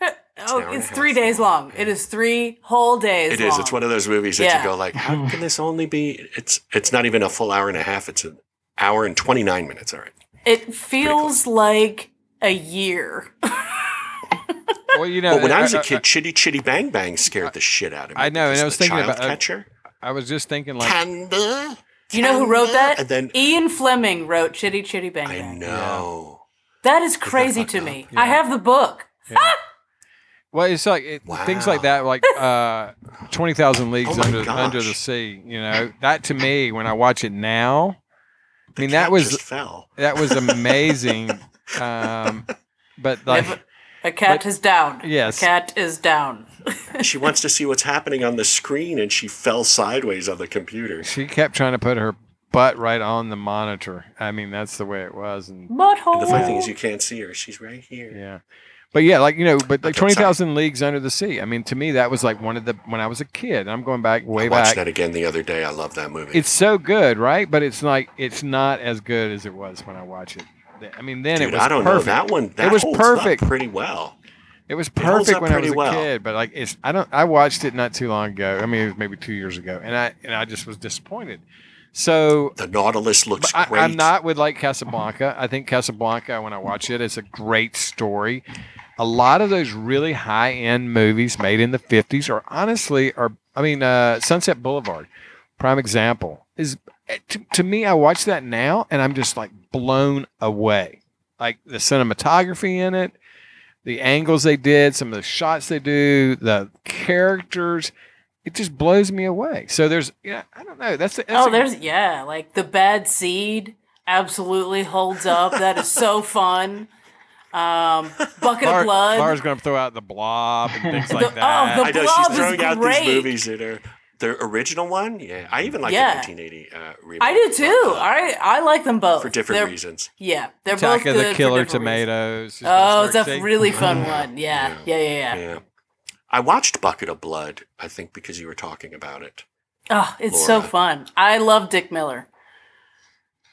Speaker 5: and a half.
Speaker 6: oh,
Speaker 5: hour and
Speaker 6: it's
Speaker 5: a
Speaker 6: three
Speaker 5: half
Speaker 6: days
Speaker 5: long,
Speaker 6: long.
Speaker 5: yeah.
Speaker 6: It is three whole days.
Speaker 5: It is.
Speaker 6: Long.
Speaker 5: It's one of those movies that
Speaker 6: Yeah.
Speaker 5: you go like, how can this only be? It's it's not even a full hour and a half. It's an hour and twenty nine minutes. All right.
Speaker 6: It feels like a year.
Speaker 1: Well, you know,
Speaker 5: But when I was
Speaker 1: I-
Speaker 5: a
Speaker 1: I-
Speaker 5: kid, Chitty Chitty Bang Bang scared the shit out of me.
Speaker 1: uh, I know, and
Speaker 5: because
Speaker 1: I was
Speaker 5: the
Speaker 1: thinking about-
Speaker 5: child catcher.
Speaker 1: I was just thinking like
Speaker 5: Candy.
Speaker 6: Do you know who wrote that?
Speaker 5: And then-
Speaker 6: Ian Fleming wrote Chitty Chitty Bang
Speaker 5: I
Speaker 6: Bang.
Speaker 5: know.
Speaker 6: That is crazy to
Speaker 5: fucked
Speaker 6: me.
Speaker 1: Yeah.
Speaker 6: I have the book.
Speaker 1: Well, it's like it, things like
Speaker 5: Wow.
Speaker 1: that, like uh, Twenty Thousand Leagues
Speaker 5: Oh my
Speaker 1: under, under the
Speaker 5: gosh.
Speaker 1: Sea. You know that to me, when I watch it now, I mean
Speaker 5: The
Speaker 1: that
Speaker 5: cat
Speaker 1: was
Speaker 5: just fell.
Speaker 1: that was amazing. um, but like,
Speaker 6: Never- A cat
Speaker 1: But-
Speaker 6: is down.
Speaker 1: Yes.
Speaker 6: A cat is down.
Speaker 5: She wants to see what's happening on the screen, and she fell sideways on the computer.
Speaker 1: she kept trying to put her butt right on the monitor. I mean, that's the way it was, and
Speaker 6: Butthole.
Speaker 5: And the funny thing is, you can't see her. She's right here.
Speaker 1: Yeah. But yeah, like you know, but like
Speaker 5: Okay, sorry.
Speaker 1: Twenty Thousand Leagues Under the Sea. I mean, to me, that was like one of the when I was a kid. I'm going back way
Speaker 5: I
Speaker 1: back.
Speaker 5: watched that again the other day. I love that movie.
Speaker 1: It's so good, right? But it's like it's not as good as it was when I watch it. I mean, then
Speaker 5: Dude,
Speaker 1: it was
Speaker 5: I don't
Speaker 1: perfect.
Speaker 5: know that one. That
Speaker 1: was
Speaker 5: holds up
Speaker 1: perfect.
Speaker 5: pretty well.
Speaker 1: It was
Speaker 5: holds
Speaker 1: perfect
Speaker 5: up
Speaker 1: when I
Speaker 5: pretty
Speaker 1: was a
Speaker 5: well.
Speaker 1: kid, but like it's I don't I watched it not too long ago. I mean, it was maybe two years ago, and I and I just was disappointed. So
Speaker 5: The Nautilus looks
Speaker 1: but I,
Speaker 5: great.
Speaker 1: I'm not with like Casablanca. I think Casablanca when I watch it, it's a great story. A lot of those really high end movies made in the 50s are honestly are I mean uh, Sunset Boulevard, prime example is eh, to, to me. I watch that now and I'm just like blown away. Like the cinematography in it, the angles they did, some of the shots they do, the characters, it just blows me away. So there's, yeah, I don't know. That's, that's
Speaker 6: oh,
Speaker 1: a-
Speaker 6: there's yeah, like the bad seed. absolutely holds up. That is so fun. Um, bucket
Speaker 1: Lar-
Speaker 6: of blood.
Speaker 1: Lara's going to throw out the blob and things
Speaker 7: The-
Speaker 1: like
Speaker 6: oh,
Speaker 1: that.
Speaker 6: the-
Speaker 5: I know
Speaker 6: Blob
Speaker 5: she's
Speaker 6: is
Speaker 5: throwing out
Speaker 6: great.
Speaker 5: these movies that are the original one. Yeah, I even like
Speaker 6: Yeah.
Speaker 5: the 1980 uh, remake.
Speaker 6: I do too. All right, I like them both
Speaker 5: for different
Speaker 6: They're-
Speaker 5: reasons.
Speaker 6: Yeah, they're both
Speaker 1: Attack of
Speaker 6: good
Speaker 1: the
Speaker 6: for
Speaker 1: Killer
Speaker 6: different reasons.
Speaker 1: Tomatoes. She's gonna
Speaker 6: Oh,
Speaker 1: start
Speaker 6: that's
Speaker 1: shaking.
Speaker 6: really fun one. Yeah, yeah, yeah, yeah.
Speaker 5: Yeah, I watched Bucket of Blood. I think because you were talking about it.
Speaker 6: Oh, it's so
Speaker 5: Laura.
Speaker 6: fun. I love Dick Miller.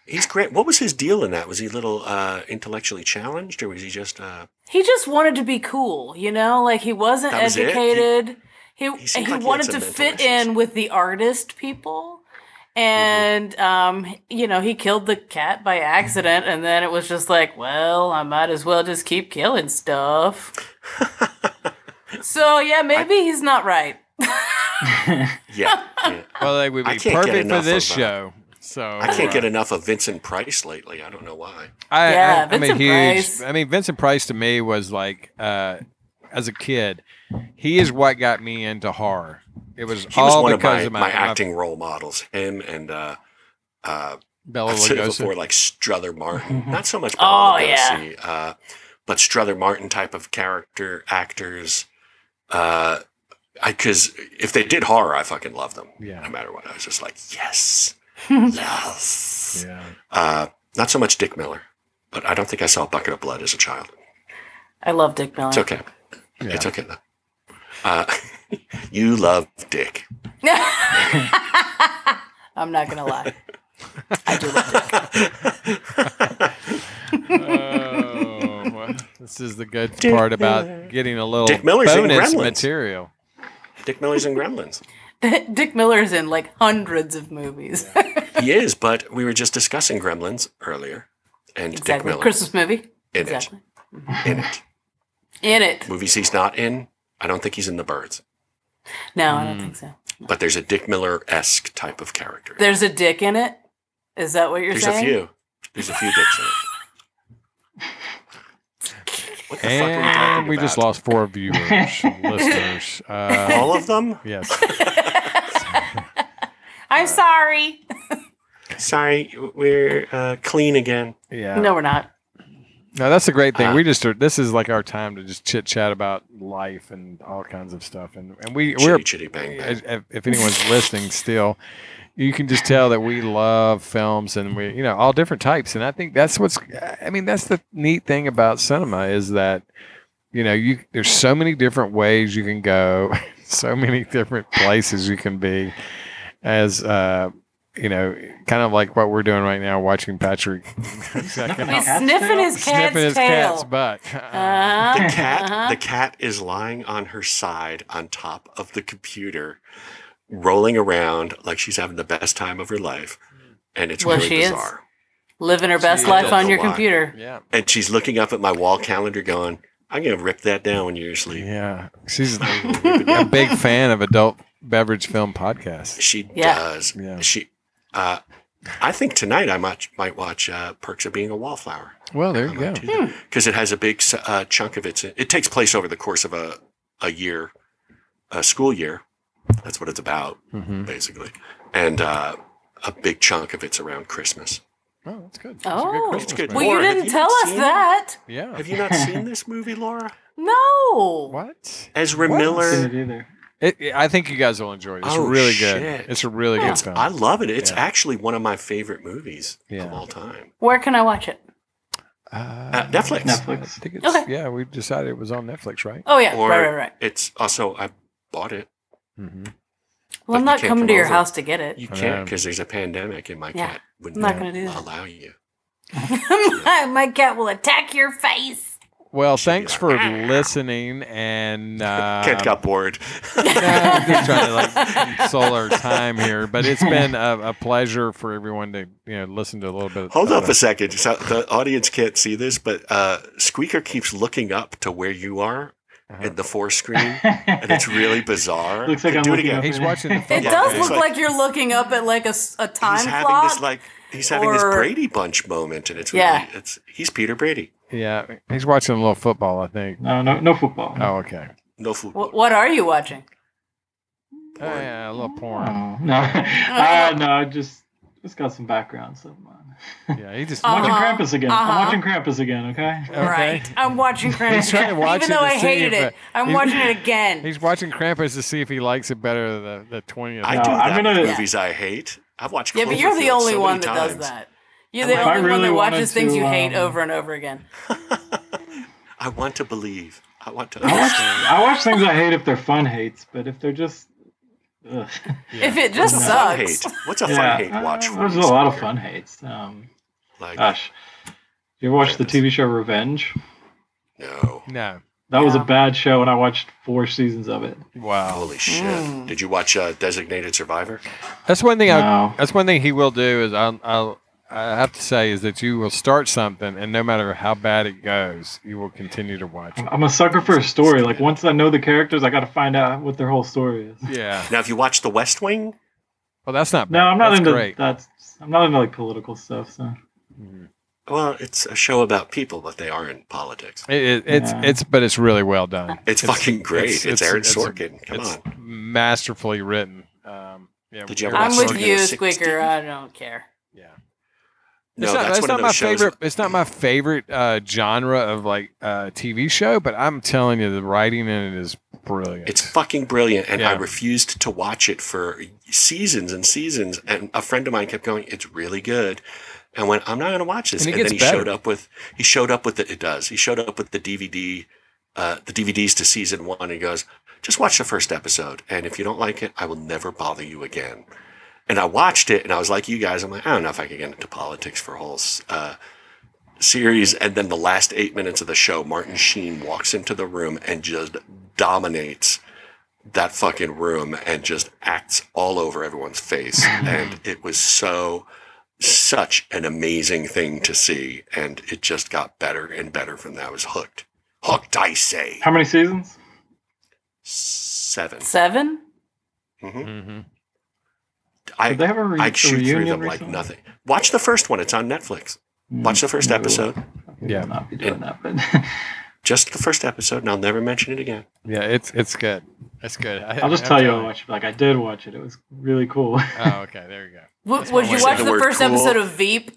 Speaker 5: He's great. What was his deal in that? Was he a little uh, intellectually challenged, or was he just? Uh,
Speaker 6: He just wanted to be cool, you know. Like he wasn't
Speaker 5: That was it?
Speaker 6: educated. He
Speaker 5: He
Speaker 6: he,
Speaker 5: seemed like he had
Speaker 6: wanted
Speaker 5: some
Speaker 6: to
Speaker 5: mental
Speaker 6: fit
Speaker 5: issues. Mm-hmm.
Speaker 6: in with the artist people, and um, you know, he killed the cat by accident, and then it was just like, well, I might as well just keep killing stuff. so yeah, maybe he's not right.
Speaker 5: yeah, yeah.
Speaker 1: Well, they would
Speaker 5: I
Speaker 1: be
Speaker 5: can't get
Speaker 1: perfect for
Speaker 5: enough
Speaker 1: this
Speaker 5: of that.
Speaker 1: show. So
Speaker 5: I can't get enough of Vincent Price lately. I don't know why.
Speaker 1: I,
Speaker 6: Yeah,
Speaker 1: I, I'm a
Speaker 6: Vincent
Speaker 1: huge.
Speaker 6: Price.
Speaker 1: I mean, Vincent Price to me was like, uh, as a kid, he is what got me into horror. It was
Speaker 5: He was
Speaker 1: all
Speaker 5: one of
Speaker 1: because
Speaker 5: my,
Speaker 1: of my,
Speaker 5: my, acting role models. Him and uh, uh,
Speaker 1: Bella
Speaker 5: I've said it
Speaker 1: Lugosi.
Speaker 5: before, like Struther Martin. Not so much
Speaker 6: Oh,
Speaker 5: Bela
Speaker 6: yeah.
Speaker 5: Lugosi, uh, but Struther Martin type of character actors. Uh, I because if they did horror, I fucking love them.
Speaker 1: Yeah.
Speaker 5: no matter what, I was just like, yes, yes.
Speaker 1: Yeah.
Speaker 5: Uh, not so much Dick Miller, but I don't think I saw Bucket of Blood as a child.
Speaker 6: I love Dick Miller.
Speaker 5: It's okay. It's okay though. Uh, you love Dick.
Speaker 6: I'm not gonna lie.
Speaker 1: Oh, well, this is the good part about getting a little
Speaker 5: Dick Miller's in
Speaker 1: bonus
Speaker 5: Gremlins.
Speaker 1: material. Dick
Speaker 5: Dick Miller's in Gremlins.
Speaker 6: Dick Miller's in like hundreds of movies.
Speaker 5: He is, but we were just discussing Gremlins earlier, and Dick
Speaker 6: exactly.
Speaker 5: Miller
Speaker 6: Christmas movie.
Speaker 5: in
Speaker 6: Exactly.
Speaker 5: it. In it.
Speaker 6: In it.
Speaker 5: movies he's not in. I don't think he's in The Birds,
Speaker 6: No, I
Speaker 1: Hmm.
Speaker 6: don't think so.
Speaker 5: but there's a Dick Miller esque type of character.
Speaker 6: There's a dick in it. Is that what you're
Speaker 5: There's
Speaker 6: saying?
Speaker 5: a few. There's a few dicks in it. What the fuck were we
Speaker 1: And
Speaker 5: talking
Speaker 1: we just
Speaker 5: about?
Speaker 1: lost four viewers, listeners. Uh,
Speaker 5: all of them.
Speaker 1: yes.
Speaker 6: I'm sorry.
Speaker 5: Sorry, we're uh, clean again.
Speaker 1: Yeah.
Speaker 6: No, we're not.
Speaker 1: No, that's a great thing.
Speaker 5: Uh,
Speaker 1: we just are, this is like our time to just chit chat about life and all kinds of stuff, and and we we're
Speaker 5: Chitty chitty bang bang.
Speaker 1: if, if- if anyone's listening still, you can just tell that we love films and we you know all different types, and I think that's what's I mean that's the neat thing about cinema is that you know you there's so many different ways you can go, so many different places you can be, as uh you know kind of like what we're doing right now watching Patrick
Speaker 6: He's
Speaker 7: Cat's
Speaker 6: sniffing
Speaker 7: tail?
Speaker 6: his cat's
Speaker 1: sniffing his
Speaker 6: tail.
Speaker 1: cat's butt. Uh,
Speaker 6: Uh-huh,
Speaker 5: The cat.
Speaker 6: uh-huh.
Speaker 5: The cat is lying on her side on top of the computer, rolling around like she's having the best time of her life, and it's
Speaker 6: Well,
Speaker 5: really
Speaker 6: she is.
Speaker 5: bizarre.
Speaker 6: Living her best
Speaker 5: I
Speaker 6: life
Speaker 5: don't
Speaker 6: on
Speaker 5: know
Speaker 6: your
Speaker 5: why.
Speaker 6: computer.
Speaker 1: yeah.
Speaker 5: And she's looking up at my wall calendar, going, "I'm gonna rip that down when you're asleep."
Speaker 1: Yeah. She's a big fan of adult beverage film podcasts.
Speaker 5: She
Speaker 6: Yeah.
Speaker 5: does.
Speaker 1: Yeah.
Speaker 5: She. Uh, I think tonight I might might watch uh, Perks of Being a Wallflower
Speaker 1: Well, there you go.
Speaker 6: Hmm.
Speaker 5: because it has a big s- uh, chunk of its. It takes place over the course of a a year, a school year. That's what it's about,
Speaker 1: Mm-hmm.
Speaker 5: basically, and uh, a big chunk of it's around Christmas.
Speaker 1: Oh, that's good.
Speaker 6: Oh.
Speaker 1: That's a good
Speaker 5: It's good.
Speaker 1: Christmas
Speaker 6: Well,
Speaker 1: movie.
Speaker 6: you
Speaker 5: Laura, have
Speaker 6: didn't
Speaker 5: you
Speaker 6: tell us
Speaker 5: seen it?
Speaker 6: that.
Speaker 1: Yeah.
Speaker 5: Have you not seen this movie, Laura?
Speaker 6: No.
Speaker 1: What?
Speaker 5: Ezra
Speaker 1: What?
Speaker 7: Seen
Speaker 5: Miller.
Speaker 7: it either.
Speaker 1: It, it- I think you guys will enjoy it. It's
Speaker 5: Oh,
Speaker 1: really good.
Speaker 5: shit.
Speaker 1: It's a really good
Speaker 5: It's,
Speaker 1: film.
Speaker 5: I love it. It's
Speaker 1: Yeah.
Speaker 5: actually one of my favorite movies
Speaker 1: Yeah.
Speaker 5: of all time.
Speaker 6: Where can I watch it?
Speaker 1: Uh,
Speaker 5: Uh, Netflix.
Speaker 1: I
Speaker 7: Netflix.
Speaker 1: think it's,
Speaker 6: Okay.
Speaker 1: Yeah, we decided it was on Netflix, right?
Speaker 6: Oh yeah,
Speaker 5: Or-
Speaker 6: right, right, right.
Speaker 5: It's also I bought it.
Speaker 1: Mm-hmm.
Speaker 6: Well,
Speaker 5: but
Speaker 6: I'm
Speaker 5: you
Speaker 6: not
Speaker 5: can't
Speaker 6: coming
Speaker 5: come
Speaker 6: to your
Speaker 5: over.
Speaker 6: house to get it.
Speaker 5: You can't
Speaker 1: Um,
Speaker 5: because there's a pandemic and my
Speaker 6: Yeah,
Speaker 5: cat would
Speaker 6: I'm not
Speaker 5: not
Speaker 6: gonna do that.
Speaker 5: allow you.
Speaker 6: my, my cat will attack your face.
Speaker 1: Well,
Speaker 5: Should be
Speaker 1: thanks
Speaker 5: like,
Speaker 1: for listening. And uh,
Speaker 5: Cat got bored.
Speaker 1: Yeah, I'm just trying to like console our time here, but it's been a, a pleasure for everyone to you know listen to a little bit.
Speaker 5: Hold
Speaker 1: of
Speaker 5: up a second. So the audience can't see this, but uh, Squeaker keeps looking up to where you are in the four screen, and it's really bizarre.
Speaker 7: Uh-huh. Looks like
Speaker 5: Okay,
Speaker 7: I'm
Speaker 5: do it
Speaker 7: looking
Speaker 5: again.
Speaker 7: up
Speaker 1: He's
Speaker 7: at
Speaker 1: watching the
Speaker 6: It
Speaker 1: Yeah,
Speaker 6: does
Speaker 5: it's
Speaker 6: look
Speaker 5: like-
Speaker 6: like, you're looking up at like a, s- a time
Speaker 5: He's having
Speaker 6: clock.
Speaker 5: this like he's having this
Speaker 6: or-
Speaker 5: Brady Bunch moment, and it's really
Speaker 6: Yeah.
Speaker 5: it's he's Peter Brady.
Speaker 1: Yeah, he's watching a little football, I think.
Speaker 7: No, no, no football.
Speaker 1: Oh, okay.
Speaker 5: No food.
Speaker 6: Wh- what are you watching?
Speaker 1: Oh, yeah, a little porn.
Speaker 7: Oh, no, uh, no. Just It's got some background stuff on.
Speaker 1: Yeah, he just.
Speaker 7: I'm watching
Speaker 6: Uh-huh.
Speaker 7: Krampus again.
Speaker 6: Uh-huh.
Speaker 7: I'm watching Krampus again. Okay.
Speaker 1: Okay.
Speaker 6: Right. I'm watching Krampus.
Speaker 1: He's trying to
Speaker 6: again,
Speaker 1: watch
Speaker 6: Even
Speaker 1: it
Speaker 6: though
Speaker 1: to
Speaker 6: I
Speaker 1: see
Speaker 6: hated
Speaker 1: if, uh,
Speaker 6: it, I'm
Speaker 1: he's-
Speaker 6: watching it again.
Speaker 1: He's watching Krampus to see if he likes it better the the twentieth.
Speaker 5: I
Speaker 7: No,
Speaker 5: do
Speaker 7: I'm
Speaker 5: that
Speaker 7: gonna-
Speaker 5: with movies I hate. I've watched.
Speaker 6: yeah, but you're
Speaker 5: Cloverfield
Speaker 6: the only
Speaker 5: so
Speaker 6: one
Speaker 5: many
Speaker 6: that does
Speaker 5: times.
Speaker 6: that. You're the
Speaker 7: If I
Speaker 6: only one that
Speaker 7: really
Speaker 6: watches
Speaker 7: wanted
Speaker 6: things you
Speaker 7: to,
Speaker 6: hate
Speaker 7: um,
Speaker 6: over and over again.
Speaker 5: I want to believe. I want to
Speaker 7: I watch,
Speaker 5: understand.
Speaker 7: I watch things I hate if they're fun hates, but if they're just. Ugh.
Speaker 6: If it just
Speaker 5: What's a fun
Speaker 6: sucks,
Speaker 5: hate? What's a fun
Speaker 7: Yeah,
Speaker 5: hate watch
Speaker 7: uh,
Speaker 5: for?
Speaker 7: There's a
Speaker 5: you,
Speaker 7: lot of
Speaker 5: Sawyer?
Speaker 7: fun hates. Um,
Speaker 5: Like,
Speaker 7: gosh, you ever watched the TV show Revenge?
Speaker 5: no.
Speaker 1: no.
Speaker 7: That was a
Speaker 6: Yeah.
Speaker 7: bad show, and I watched four seasons of it.
Speaker 1: Wow.
Speaker 5: Holy shit!
Speaker 6: Hmm.
Speaker 5: Did you watch uh, Designated Survivor?
Speaker 1: That's one thing. I,
Speaker 7: No.
Speaker 1: that's one thing he will do is I'll, I'll I have to say is that you will start something and no matter how bad it goes, you will continue to watch it.
Speaker 7: I'm a sucker for a story. Like once I know the characters, I got to find out what their whole story is.
Speaker 1: Yeah.
Speaker 5: Now, if you watch The West Wing,
Speaker 1: Well, that's not.
Speaker 7: No,
Speaker 1: bad.
Speaker 7: I'm not
Speaker 1: that's
Speaker 7: into
Speaker 1: great.
Speaker 7: that's. I'm not into like political stuff. So
Speaker 5: well, it's a show about people, but they are in politics.
Speaker 1: It, it, it's
Speaker 7: Yeah.
Speaker 1: it's but it's really well done.
Speaker 5: It's, fucking great. It's, Aaron
Speaker 1: it's-
Speaker 5: Sorkin. Come
Speaker 1: it's
Speaker 5: on.
Speaker 1: masterfully written. Um, yeah,
Speaker 5: Did you ever
Speaker 1: very
Speaker 6: I'm
Speaker 5: watch
Speaker 1: well
Speaker 6: with
Speaker 5: Sorkin
Speaker 1: written.
Speaker 6: you,
Speaker 5: at 16?
Speaker 6: Squeaker. I don't care.
Speaker 1: Yeah.
Speaker 5: No,
Speaker 1: it's not,
Speaker 5: that's
Speaker 1: that's
Speaker 5: one of
Speaker 1: not my
Speaker 5: those shows-
Speaker 1: favorite. It's not my favorite uh, genre of like uh, TV show, but I'm telling you, the writing in it is brilliant.
Speaker 5: It's fucking brilliant, and I
Speaker 1: Yeah.
Speaker 5: refused to watch it for seasons and seasons. And a friend of mine kept going, "It's really good," and went, "I'm not going to watch this."
Speaker 1: And
Speaker 5: And,
Speaker 1: it
Speaker 5: then he
Speaker 1: gets better.
Speaker 5: showed up with he showed up with the, it does he showed up with the DVD, uh, the DVDs to season one, and he goes, "Just watch the first episode, and if you don't like it, I will never bother you again." And I watched it, and I was like, "You guys," I'm like, "I don't know if I could get into politics for a whole." s- Uh, series and then the last eight minutes of the show martin sheen walks into the room and just dominates that fucking room and just acts all over everyone's face and it was so such an amazing thing to see and it just got better and better from that i was hooked hooked i say
Speaker 7: how many seasons?
Speaker 5: 7
Speaker 6: Seven?
Speaker 5: mm-hmm.
Speaker 1: Mhm.
Speaker 5: i
Speaker 7: Did they have a, re-
Speaker 5: i'd
Speaker 7: a
Speaker 5: shoot
Speaker 7: reunion
Speaker 5: through them like
Speaker 7: recently?
Speaker 5: nothing watch the first one it's on netflix
Speaker 7: Mm,
Speaker 5: watch the first
Speaker 7: no,
Speaker 5: episode
Speaker 7: we
Speaker 1: Yeah.
Speaker 7: will not be doing that. But
Speaker 5: just the first episode and i'll never mention it again
Speaker 1: yeah, it's it's good. It's good. I,
Speaker 7: I'll just
Speaker 1: I'm
Speaker 7: tell you, I
Speaker 1: telling
Speaker 7: watched. it. Like I did watch it. It was really cool.
Speaker 1: Oh, okay. There you go.
Speaker 6: W- would
Speaker 5: one
Speaker 6: you
Speaker 5: word.
Speaker 6: watch
Speaker 5: Say
Speaker 6: the
Speaker 5: the word
Speaker 6: first
Speaker 5: cool.
Speaker 6: episode of Veep?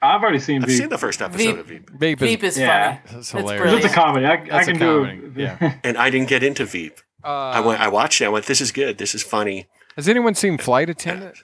Speaker 7: I've already seen.
Speaker 5: i've
Speaker 7: Veep.
Speaker 5: seen the first episode
Speaker 6: Veep.
Speaker 5: of veep
Speaker 1: Veep is,
Speaker 6: Veep is
Speaker 7: yeah.
Speaker 6: funny.
Speaker 1: that's
Speaker 6: It's
Speaker 1: hilarious.
Speaker 6: brilliant.
Speaker 7: It's a comedy. I, I
Speaker 1: That's a
Speaker 7: can do. a-
Speaker 1: comedy, yeah.
Speaker 5: and i didn't get into veep
Speaker 1: Uh,
Speaker 5: I went. I watched it. I went. This is good. This is funny.
Speaker 1: has anyone seen Flight Attendant?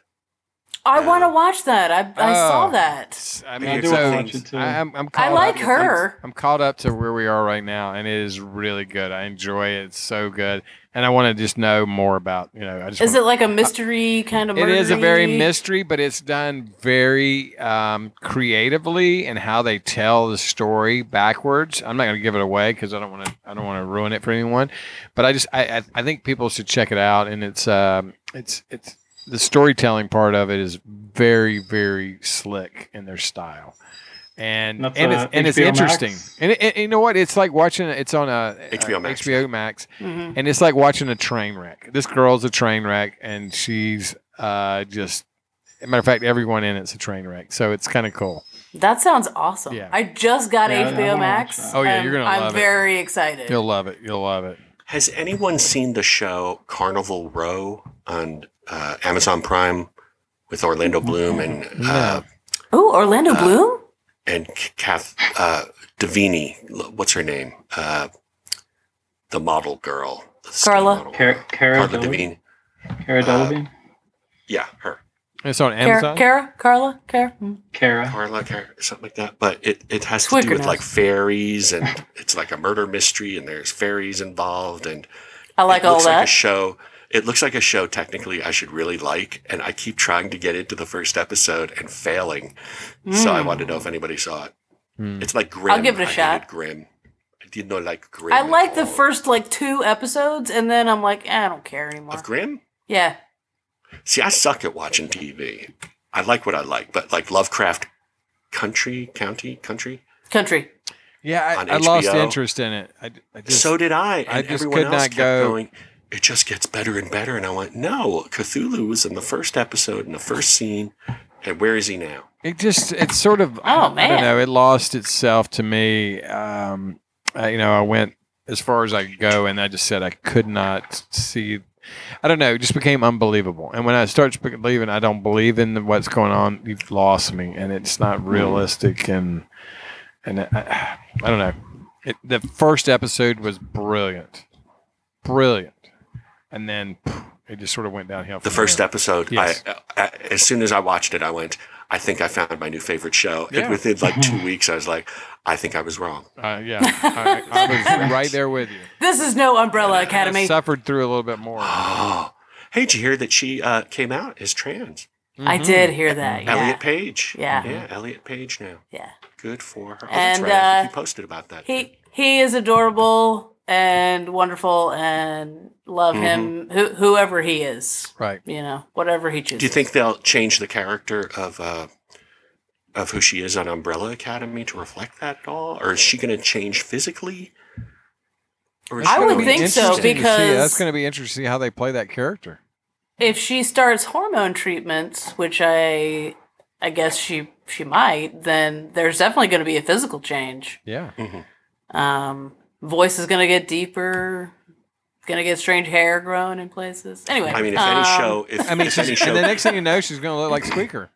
Speaker 6: I want to watch that. I, I saw
Speaker 1: Oh.
Speaker 6: that.
Speaker 1: It's- I
Speaker 5: I
Speaker 1: mean,
Speaker 5: do
Speaker 1: it's
Speaker 5: wanna
Speaker 1: so-
Speaker 5: watch
Speaker 7: it too.
Speaker 1: I, am I'm
Speaker 6: I
Speaker 1: caught
Speaker 6: like
Speaker 1: up-
Speaker 6: her.
Speaker 1: I'm caught up to where we are right now, and it is really good. I enjoy it. It's so good, and I want to just know more about. You know, I just
Speaker 6: Is
Speaker 1: wanna-
Speaker 6: it like a mystery kind of?
Speaker 1: It is a very
Speaker 6: murdery?
Speaker 1: mystery, but it's done very um, creatively in how they tell the story backwards. I'm not going to give it away because I don't want to. I don't want to ruin it for anyone. But I just I, I, I think people should check it out, and it's um, it's it's the storytelling part of it is very very slick in their style. And
Speaker 7: That's,
Speaker 1: and
Speaker 7: uh,
Speaker 1: it's, and it's
Speaker 7: HBO
Speaker 1: interesting,
Speaker 7: Max?
Speaker 1: and, it, and you know what? It's like watching. It's on a
Speaker 5: HBO
Speaker 1: uh,
Speaker 5: Max.
Speaker 1: HBO Max,
Speaker 6: Mhm.
Speaker 1: and it's like watching a train wreck. This girl's a train wreck, and she's uh, just. as a matter of fact, everyone in it's a train wreck, so it's kind of cool.
Speaker 6: That sounds awesome.
Speaker 1: Yeah.
Speaker 6: I just got
Speaker 7: Yeah, I- I
Speaker 6: HBO
Speaker 7: wanna
Speaker 6: Max.
Speaker 7: watch that.
Speaker 1: Oh, yeah,
Speaker 6: and
Speaker 1: you're gonna
Speaker 6: I'm
Speaker 1: love it.
Speaker 6: very excited.
Speaker 1: You'll love it. You'll love it.
Speaker 5: Has anyone seen the show Carnival Row on uh, Amazon Prime with Orlando Bloom and uh,
Speaker 6: Ooh, Orlando
Speaker 1: Uh,
Speaker 6: Bloom.
Speaker 5: and Kath uh, Davini? What's her name? Uh, the model girl. The skinny
Speaker 6: Carla.
Speaker 5: model.
Speaker 7: Cara, Cara,
Speaker 5: Carla
Speaker 7: Dele-
Speaker 5: Davini.
Speaker 7: Cara
Speaker 1: Uh,
Speaker 7: Delevingne.
Speaker 5: Yeah, her.
Speaker 1: It's on
Speaker 6: Kara,
Speaker 1: Amazon.
Speaker 6: Kara, Carla, Kara. Mm.
Speaker 7: Cara.
Speaker 5: Carla, Cara, something like that. But it, it has to
Speaker 6: Squeaker
Speaker 5: do with
Speaker 6: knows.
Speaker 5: like fairies and it's like a murder mystery and there's fairies involved and
Speaker 6: I like
Speaker 5: it
Speaker 6: all
Speaker 5: looks like a
Speaker 6: that.
Speaker 5: show. It looks like a show technically I should really like, and I keep trying to get into the first episode and failing. So I want to know if anybody saw it.
Speaker 1: Hmm.
Speaker 5: It's like Grimm.
Speaker 6: I'll give it a
Speaker 5: I
Speaker 6: shot.
Speaker 5: hated Grimm. I did not like Grimm.
Speaker 6: I
Speaker 5: at
Speaker 6: like the
Speaker 5: all.
Speaker 6: first like two episodes, and then I'm like, eh, I don't care anymore.
Speaker 5: of Grimm.
Speaker 6: Yeah,
Speaker 5: See, I suck at watching TV. I like what I like, but like Lovecraft Country, County, Country.
Speaker 6: country.
Speaker 1: Yeah,
Speaker 5: on
Speaker 1: I, I lost
Speaker 5: HBO.
Speaker 1: interest in it. I, I just,
Speaker 5: so did I, and
Speaker 1: I just
Speaker 5: everyone
Speaker 1: could
Speaker 5: else
Speaker 1: not
Speaker 5: kept
Speaker 1: go-
Speaker 5: going. It just gets better and better, and I went, no, Cthulhu was in the first episode in the first scene, and where is he now?
Speaker 1: It just, it's sort of, I
Speaker 6: Oh,
Speaker 1: don't- I don't
Speaker 6: man.
Speaker 1: know, it lost itself to me. Um, I, you know, I went as far as I could go and I just said I could not see I don't know. It just became unbelievable. And when I start sp- believing, I don't believe in what's going on. You've lost me, and it's
Speaker 5: Hmm.
Speaker 1: not realistic. And and I, I don't know. It, the first episode was brilliant, brilliant, and then phew, it just sort of went downhill.
Speaker 5: The
Speaker 1: from
Speaker 5: first
Speaker 1: there.
Speaker 5: episode,
Speaker 1: Yes.
Speaker 5: I, I, as soon as I watched it, I went, I think I found my new favorite show.
Speaker 1: Yeah. Hmm.
Speaker 5: And within like two weeks, I was like, I think I was wrong.
Speaker 1: uh, yeah, I, I was right there with you.
Speaker 6: This is no Umbrella
Speaker 1: I
Speaker 6: Academy.
Speaker 1: suffered through a little bit more.
Speaker 5: Oh, hey, did you hear that she uh, came out as trans?
Speaker 1: Mm-hmm.
Speaker 6: I did hear that. Uh, Yeah.
Speaker 5: Elliot Page.
Speaker 6: Yeah.
Speaker 5: Yeah, Elliot Page now.
Speaker 6: Yeah.
Speaker 5: Good for her. Oh, that's
Speaker 6: And,
Speaker 5: right. I
Speaker 6: uh,
Speaker 5: think you posted about that.
Speaker 6: He he is adorable and wonderful and love
Speaker 5: Mm-hmm.
Speaker 6: him who, whoever he is.
Speaker 1: Right.
Speaker 6: You know, whatever he chooses.
Speaker 5: Do you think they'll change the character of uh, of who she is on Umbrella Academy to reflect that at all, or is she going to change physically? Or is
Speaker 6: I
Speaker 5: she
Speaker 6: would
Speaker 5: gonna be-
Speaker 6: think so,
Speaker 1: Interesting to see.
Speaker 6: because-
Speaker 1: that's going to be interesting to see how they play that character.
Speaker 6: if she starts hormone treatments, which I I guess she she might, then there's definitely going to be a physical change.
Speaker 1: Yeah.
Speaker 6: Um, voice is going to get deeper. Going to get strange hair growing in places. Anyway,
Speaker 5: I mean, if
Speaker 6: um,
Speaker 5: any show, if,
Speaker 1: I mean,
Speaker 5: if
Speaker 1: she's,
Speaker 5: any show,
Speaker 1: and the next thing you know, she's going to look like Squeaker.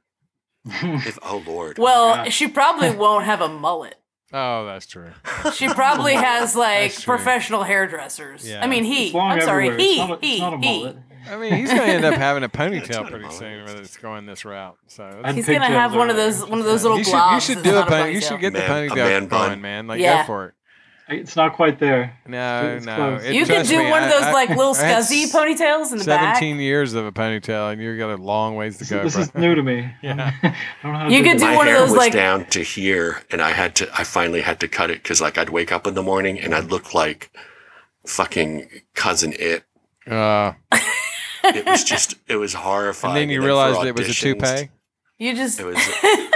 Speaker 5: if, oh Lord,
Speaker 6: well,
Speaker 7: Yeah.
Speaker 6: she probably won't have a mullet.
Speaker 1: Oh, that's true.
Speaker 6: She probably has like
Speaker 1: That's true.
Speaker 6: professional hairdressers.
Speaker 1: Yeah.
Speaker 6: I mean,
Speaker 7: It's
Speaker 6: he.
Speaker 7: long
Speaker 6: I'm sorry,
Speaker 7: everywhere.
Speaker 6: he.
Speaker 7: it's not a,
Speaker 6: he.
Speaker 7: it's not a
Speaker 6: he.
Speaker 7: mullet.
Speaker 1: I mean, he's going to end up having a
Speaker 5: not
Speaker 1: ponytail
Speaker 5: a
Speaker 1: pretty
Speaker 5: mullet.
Speaker 1: soon whether it's going this route. So
Speaker 7: And
Speaker 6: He's gonna
Speaker 7: pigtails
Speaker 6: have one of
Speaker 7: everywhere.
Speaker 6: those one of those little
Speaker 1: you should, you
Speaker 6: blobs.
Speaker 1: should
Speaker 6: that's
Speaker 1: do a
Speaker 6: not
Speaker 1: pony. You
Speaker 6: ponytail.
Speaker 1: should get
Speaker 5: Man, a
Speaker 1: the
Speaker 5: man
Speaker 1: ponytail
Speaker 5: bun.
Speaker 1: going, man. Like
Speaker 6: Yeah.
Speaker 1: go for it.
Speaker 7: It's not quite there.
Speaker 1: No,
Speaker 7: It's
Speaker 1: no.
Speaker 7: close.
Speaker 1: It-
Speaker 6: You could
Speaker 1: trust
Speaker 6: do
Speaker 1: me,
Speaker 6: one of
Speaker 1: I-
Speaker 6: those
Speaker 1: I-
Speaker 6: like little
Speaker 1: I had
Speaker 6: scuzzy ponytails in the
Speaker 1: Seventeen
Speaker 6: back.
Speaker 1: years of a ponytail, and you got a long ways to
Speaker 7: This,
Speaker 1: go.
Speaker 7: this
Speaker 1: bro.
Speaker 7: is new to me.
Speaker 1: Yeah.
Speaker 7: I don't know how to
Speaker 6: You
Speaker 7: do
Speaker 6: could
Speaker 7: this.
Speaker 5: my
Speaker 6: one of
Speaker 5: hair
Speaker 6: those,
Speaker 5: was
Speaker 6: like-
Speaker 5: down to here, and I had to. I finally had to cut it because, like, I'd wake up in the morning and I'd look like fucking cousin it.
Speaker 1: Uh,
Speaker 5: It was just, it was horrifying.
Speaker 1: and then you
Speaker 5: for
Speaker 1: realized it was a
Speaker 5: auditions,
Speaker 1: toupee.
Speaker 6: You just
Speaker 5: It was.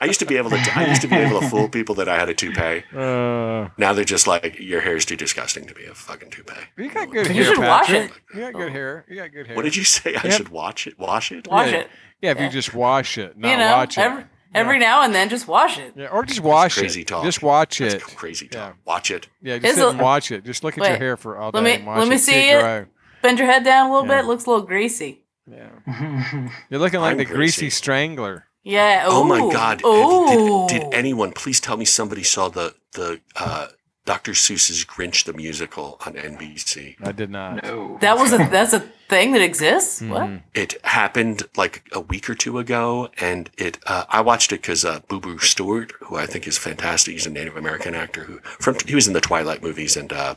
Speaker 5: I used to be able to. I used to be able to fool people that I had a toupee.
Speaker 1: Uh,
Speaker 5: Now they're just like, your hair's too disgusting to be a fucking toupee.
Speaker 1: you got good hair.
Speaker 6: You should wash
Speaker 1: Patrick.
Speaker 6: it.
Speaker 1: You got good hair. You got good hair.
Speaker 5: What did you say? I
Speaker 1: Yep.
Speaker 5: should watch it. Wash it.
Speaker 6: wash
Speaker 1: Yeah.
Speaker 6: it.
Speaker 1: Yeah, if
Speaker 6: Yeah.
Speaker 1: you just wash it, not
Speaker 6: You know,
Speaker 1: watch it.
Speaker 6: every every now and then, just wash it.
Speaker 1: yeah, or just wash
Speaker 5: crazy
Speaker 1: it.
Speaker 5: talk.
Speaker 1: Just watch
Speaker 5: That's
Speaker 1: it.
Speaker 5: crazy
Speaker 1: Yeah.
Speaker 5: talk. Watch it.
Speaker 1: Yeah, just
Speaker 6: It's
Speaker 1: sit
Speaker 6: a-
Speaker 1: and watch it. Just look at your
Speaker 6: Wait,
Speaker 1: hair for all
Speaker 6: let
Speaker 1: day
Speaker 6: me-
Speaker 1: and watch
Speaker 6: let me
Speaker 1: it
Speaker 6: see
Speaker 1: it.
Speaker 6: it.
Speaker 1: grow.
Speaker 6: Bend your head down a little
Speaker 1: Yeah.
Speaker 6: bit. Looks a little greasy.
Speaker 1: Yeah. You're looking like
Speaker 5: I'm
Speaker 1: the greasy,
Speaker 5: greasy.
Speaker 1: strangler.
Speaker 6: Yeah.
Speaker 5: Oh my
Speaker 6: ooh,
Speaker 5: god!
Speaker 6: Ooh.
Speaker 5: Have- Did, did anyone? Please tell me somebody saw the the uh, Dr. Seuss's Grinch the musical on NBC.
Speaker 1: I did not.
Speaker 7: No.
Speaker 6: that was a that's a thing that exists.
Speaker 1: Mm-hmm. Uh,
Speaker 6: What?
Speaker 5: It happened like a week or two ago, and it uh, I watched it because uh, Boo Boo Stewart, who I think is fantastic, he's a Native American actor who from he was in the Twilight movies and uh,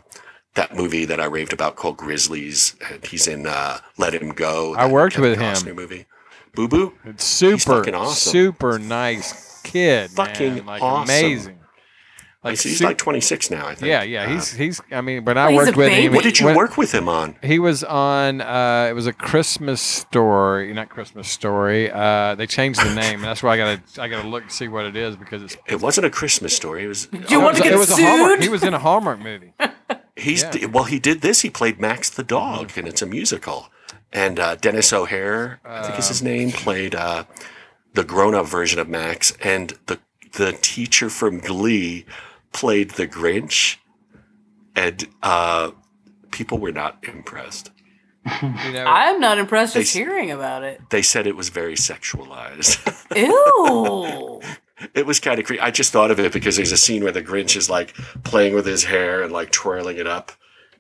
Speaker 5: that movie that I raved about called Grizzlies, and he's in uh, Let Him Go.
Speaker 1: I
Speaker 5: that
Speaker 1: worked
Speaker 5: Kevin
Speaker 1: with him.
Speaker 5: Costner Movie. Boo Boo.
Speaker 1: It's super,
Speaker 5: fucking awesome.
Speaker 1: super nice kid.
Speaker 5: Fucking
Speaker 1: man. like
Speaker 5: awesome.
Speaker 1: amazing. Like,
Speaker 5: he's
Speaker 1: su-
Speaker 5: like 26 now, I think.
Speaker 1: yeah, yeah.
Speaker 5: Uh,
Speaker 1: He's he's. I mean, when
Speaker 6: Oh,
Speaker 1: I
Speaker 6: he's a
Speaker 1: worked with him,
Speaker 6: baby.
Speaker 5: what did you
Speaker 1: when-
Speaker 5: work with him on?
Speaker 1: He was on. Uh, it was a Christmas story, not Christmas story. Uh, they changed the name, and that's why I gotta I gotta look and see what it is because it's.
Speaker 5: It wasn't a Christmas story. It was.
Speaker 6: you
Speaker 1: it
Speaker 6: want
Speaker 1: was,
Speaker 6: to get
Speaker 1: it was a Hallmark.
Speaker 6: sued?
Speaker 1: He was in a Hallmark movie.
Speaker 5: He's
Speaker 1: Yeah.
Speaker 5: well. He did this. He played Max the dog, and it's a musical. And uh, Dennis O'Hare, I think is his name, played uh, the grown-up version of Max, and the the teacher from Glee played the Grinch, and uh, people were not impressed.
Speaker 1: You know,
Speaker 6: I'm not impressed
Speaker 5: They
Speaker 6: just
Speaker 5: s-
Speaker 6: hearing about it.
Speaker 5: They said it was very sexualized.
Speaker 6: Ew.
Speaker 5: It was kind of creepy. I just thought of it because there's a scene where the Grinch is like playing with his hair and like twirling it up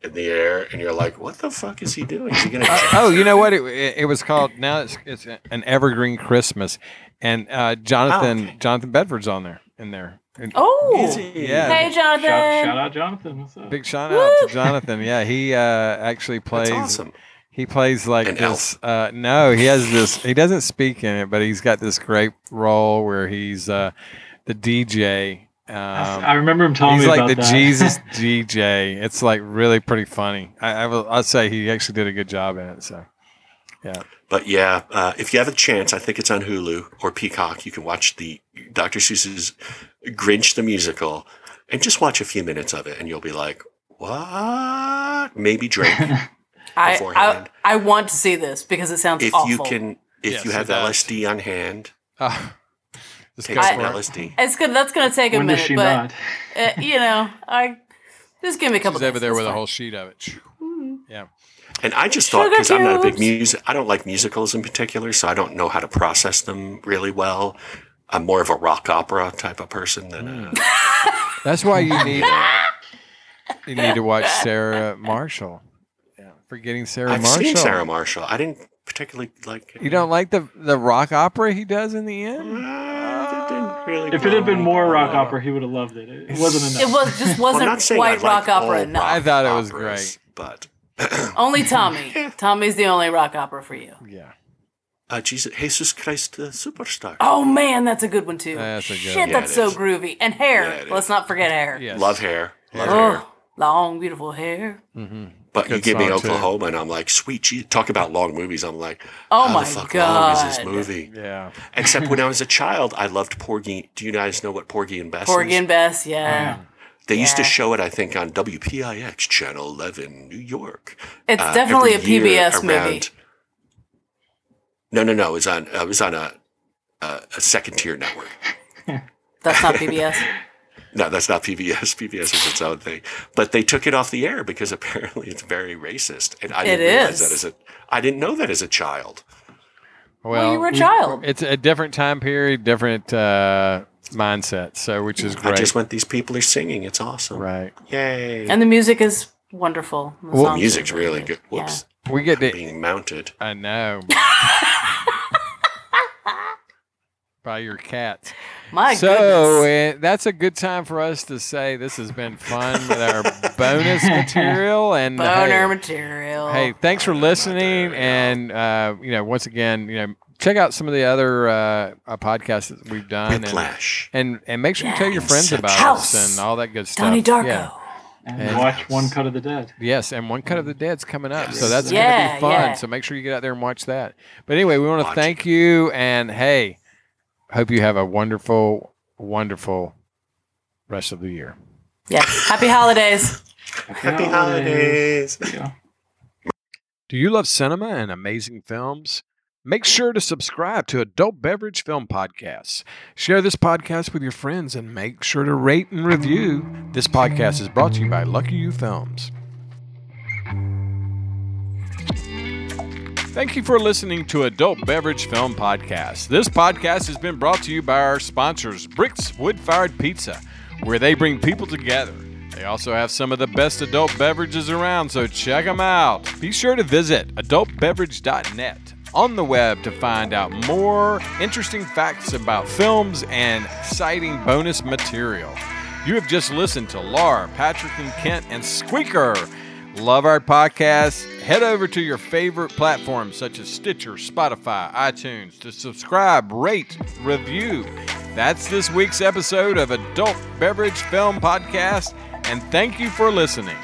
Speaker 5: in the air, and you're like, "What the fuck is he doing? Is he gonna?"
Speaker 1: oh, you know what? It, it, it was called. Now it's it's an evergreen Christmas, and uh, Jonathan
Speaker 5: Oh, okay.
Speaker 1: Jonathan Bedford's on there in there. And
Speaker 6: oh.
Speaker 1: Yeah.
Speaker 6: Hey,
Speaker 7: shout,
Speaker 6: Jonathan.
Speaker 7: shout out Jonathan. What's up?
Speaker 1: Big shout out to Jonathan. Yeah, he uh, actually plays.
Speaker 5: That's awesome.
Speaker 1: He plays like
Speaker 5: An
Speaker 1: this. Uh, no, he has this. He doesn't speak in it, but he's got this great role where he's uh, the DJ. Um,
Speaker 7: I remember him telling
Speaker 1: he's
Speaker 7: me
Speaker 1: like
Speaker 7: about
Speaker 1: the
Speaker 7: that.
Speaker 1: Jesus DJ. It's like really pretty funny. I, I will. I'll say he actually did a good job in it. So
Speaker 5: But yeah, uh, if you have a chance, I think it's on Hulu or Peacock. You can watch the Dr. Seuss's Grinch the musical, and just watch a few minutes of it, and you'll be like, "What?" Maybe drink
Speaker 6: I, I
Speaker 5: beforehand.
Speaker 6: I want to see this because it sounds
Speaker 5: if
Speaker 6: awful.
Speaker 5: you can. If
Speaker 1: Yes,
Speaker 5: you
Speaker 1: it
Speaker 5: have
Speaker 1: does.
Speaker 5: LSD on hand,
Speaker 1: uh, just
Speaker 5: take
Speaker 1: go
Speaker 5: some
Speaker 1: for it.
Speaker 5: LSD.
Speaker 6: It's good. That's gonna take a
Speaker 7: When does
Speaker 6: minute,
Speaker 7: she
Speaker 6: but
Speaker 7: not?
Speaker 6: uh, you know, I just give me a couple.
Speaker 1: She's over
Speaker 6: days,
Speaker 1: there
Speaker 6: that's
Speaker 1: with a
Speaker 6: fine.
Speaker 1: whole sheet of it. Yeah.
Speaker 5: And I just thought
Speaker 6: Sugar
Speaker 5: because I'm not a big
Speaker 6: cubes.
Speaker 5: music, I don't like musicals in particular, so I don't know how to process them really well. I'm more of a rock opera type of person than a,
Speaker 1: That's why you need you need to watch Sarah Marshall. Yeah, forgetting Sarah
Speaker 5: I've
Speaker 1: Marshall.
Speaker 5: seen Sarah Marshall. I didn't particularly like.
Speaker 1: you don't like the the rock opera he does in the
Speaker 5: Uh,
Speaker 1: end?
Speaker 5: it didn't really
Speaker 7: If it
Speaker 1: Oh.
Speaker 7: had been more rock
Speaker 5: Uh,
Speaker 7: opera, he would have loved it. It wasn't
Speaker 6: It
Speaker 7: enough.
Speaker 6: was just
Speaker 5: well, I'm
Speaker 6: wasn't
Speaker 5: not saying I
Speaker 6: quite
Speaker 5: like
Speaker 6: rock opera
Speaker 5: all
Speaker 6: enough.
Speaker 1: I thought it was
Speaker 5: operas, But
Speaker 6: Only Tommy. Tommy's the only rock opera for you.
Speaker 1: Yeah.
Speaker 5: uh, Jesus, Jesus Christ, the superstar.
Speaker 6: Oh man, that's a good one too.
Speaker 1: That's a good
Speaker 6: Shit,
Speaker 1: one.
Speaker 5: Yeah,
Speaker 6: that's
Speaker 5: it
Speaker 6: so
Speaker 5: is.
Speaker 6: groovy. And hair.
Speaker 5: Yeah, it is.
Speaker 6: Let's not forget hair.
Speaker 1: Yes.
Speaker 5: Love hair, love hair.
Speaker 6: Oh, long, beautiful hair.
Speaker 1: Mm-hmm.
Speaker 5: But you
Speaker 1: Good
Speaker 5: give me
Speaker 1: song, too.
Speaker 5: Oklahoma, and I'm like, sweet. gee, Talk about long movies. I'm like,
Speaker 6: Oh
Speaker 5: how
Speaker 6: my
Speaker 5: the fuck
Speaker 6: god.
Speaker 5: long is this movie?
Speaker 1: Yeah.
Speaker 5: Except when I was a child, I loved Porgy. Do you guys know what Porgy and Bess?
Speaker 6: Porgy
Speaker 5: is?
Speaker 6: and Bess, yeah.
Speaker 5: Uh, They used to
Speaker 6: yeah.
Speaker 5: show it, I think, on WPIX Channel 11, New York.
Speaker 6: It's
Speaker 5: uh,
Speaker 6: definitely a
Speaker 5: every year
Speaker 6: PBS movie.
Speaker 5: No, no, no. It was on. Uh, it was on a a, a second tier network.
Speaker 6: That's not PBS.
Speaker 5: No, that's not PBS. PBS is its own thing. But they took it off the air because apparently it's very racist, and I didn't
Speaker 6: It
Speaker 5: realize
Speaker 6: is.
Speaker 5: that as a. I didn't know that as a child.
Speaker 1: Well,
Speaker 6: well, you were a child.
Speaker 1: it's a different time period, different uh, mindset. So, which is
Speaker 5: I
Speaker 1: great.
Speaker 5: just went. These people are singing. It's awesome.
Speaker 1: right.
Speaker 5: Yay.
Speaker 6: And the music is wonderful. The
Speaker 1: Well,
Speaker 6: songs are
Speaker 5: Music's
Speaker 6: really
Speaker 5: really
Speaker 6: good.
Speaker 5: good. Whoops.
Speaker 1: We get to.
Speaker 5: Being mounted.
Speaker 1: I know. By your cats.
Speaker 6: My
Speaker 1: so
Speaker 6: goodness.
Speaker 1: uh, that's a good time for us to say this has been fun with our bonus material and
Speaker 6: Boner
Speaker 1: hey,
Speaker 6: material.
Speaker 1: Hey, thanks for listening, and uh, you know, once again, you know, check out some of the other uh, uh, podcasts that we've done, and,
Speaker 5: Whiplash.
Speaker 1: and and make sure you tell your friends about
Speaker 6: House.
Speaker 1: us and all that good stuff.
Speaker 6: Donnie Darko.
Speaker 1: Yeah.
Speaker 7: And watch One Cut of the Dead.
Speaker 1: Yes, and One Cut of the Dead's coming up, so
Speaker 5: Yes.
Speaker 1: that's gonna
Speaker 6: Yeah,
Speaker 1: be fun.
Speaker 6: yeah.
Speaker 1: So make sure you get out there and watch that. But anyway, we want to
Speaker 5: Watch
Speaker 1: thank you, and hey, hope you have a wonderful, wonderful rest of the year.
Speaker 6: Yeah. Happy holidays.
Speaker 5: Happy holidays.
Speaker 7: Yeah.
Speaker 1: Do you love cinema and amazing films? Make sure to subscribe to Adult Beverage Film Podcasts. Share this podcast with your friends and make sure to rate and review. This podcast is brought to you by Lucky You Films. Thank you for listening to Adult Beverage Film Podcast. This podcast has been brought to you by our sponsors, Bricks Wood Fired Pizza, where they bring people together. They also have some of the best adult beverages around, so check them out. Be sure to visit adultbeverage.net on the web to find out more interesting facts about films and exciting bonus material. You have just listened to Lar, Patrick and Kent, and Squeaker. Love our podcast? Head over to your favorite platforms such as Stitcher, Spotify, iTunes to subscribe, rate, review. That's this week's episode of Adult Beverage Film Podcast, and thank you for listening.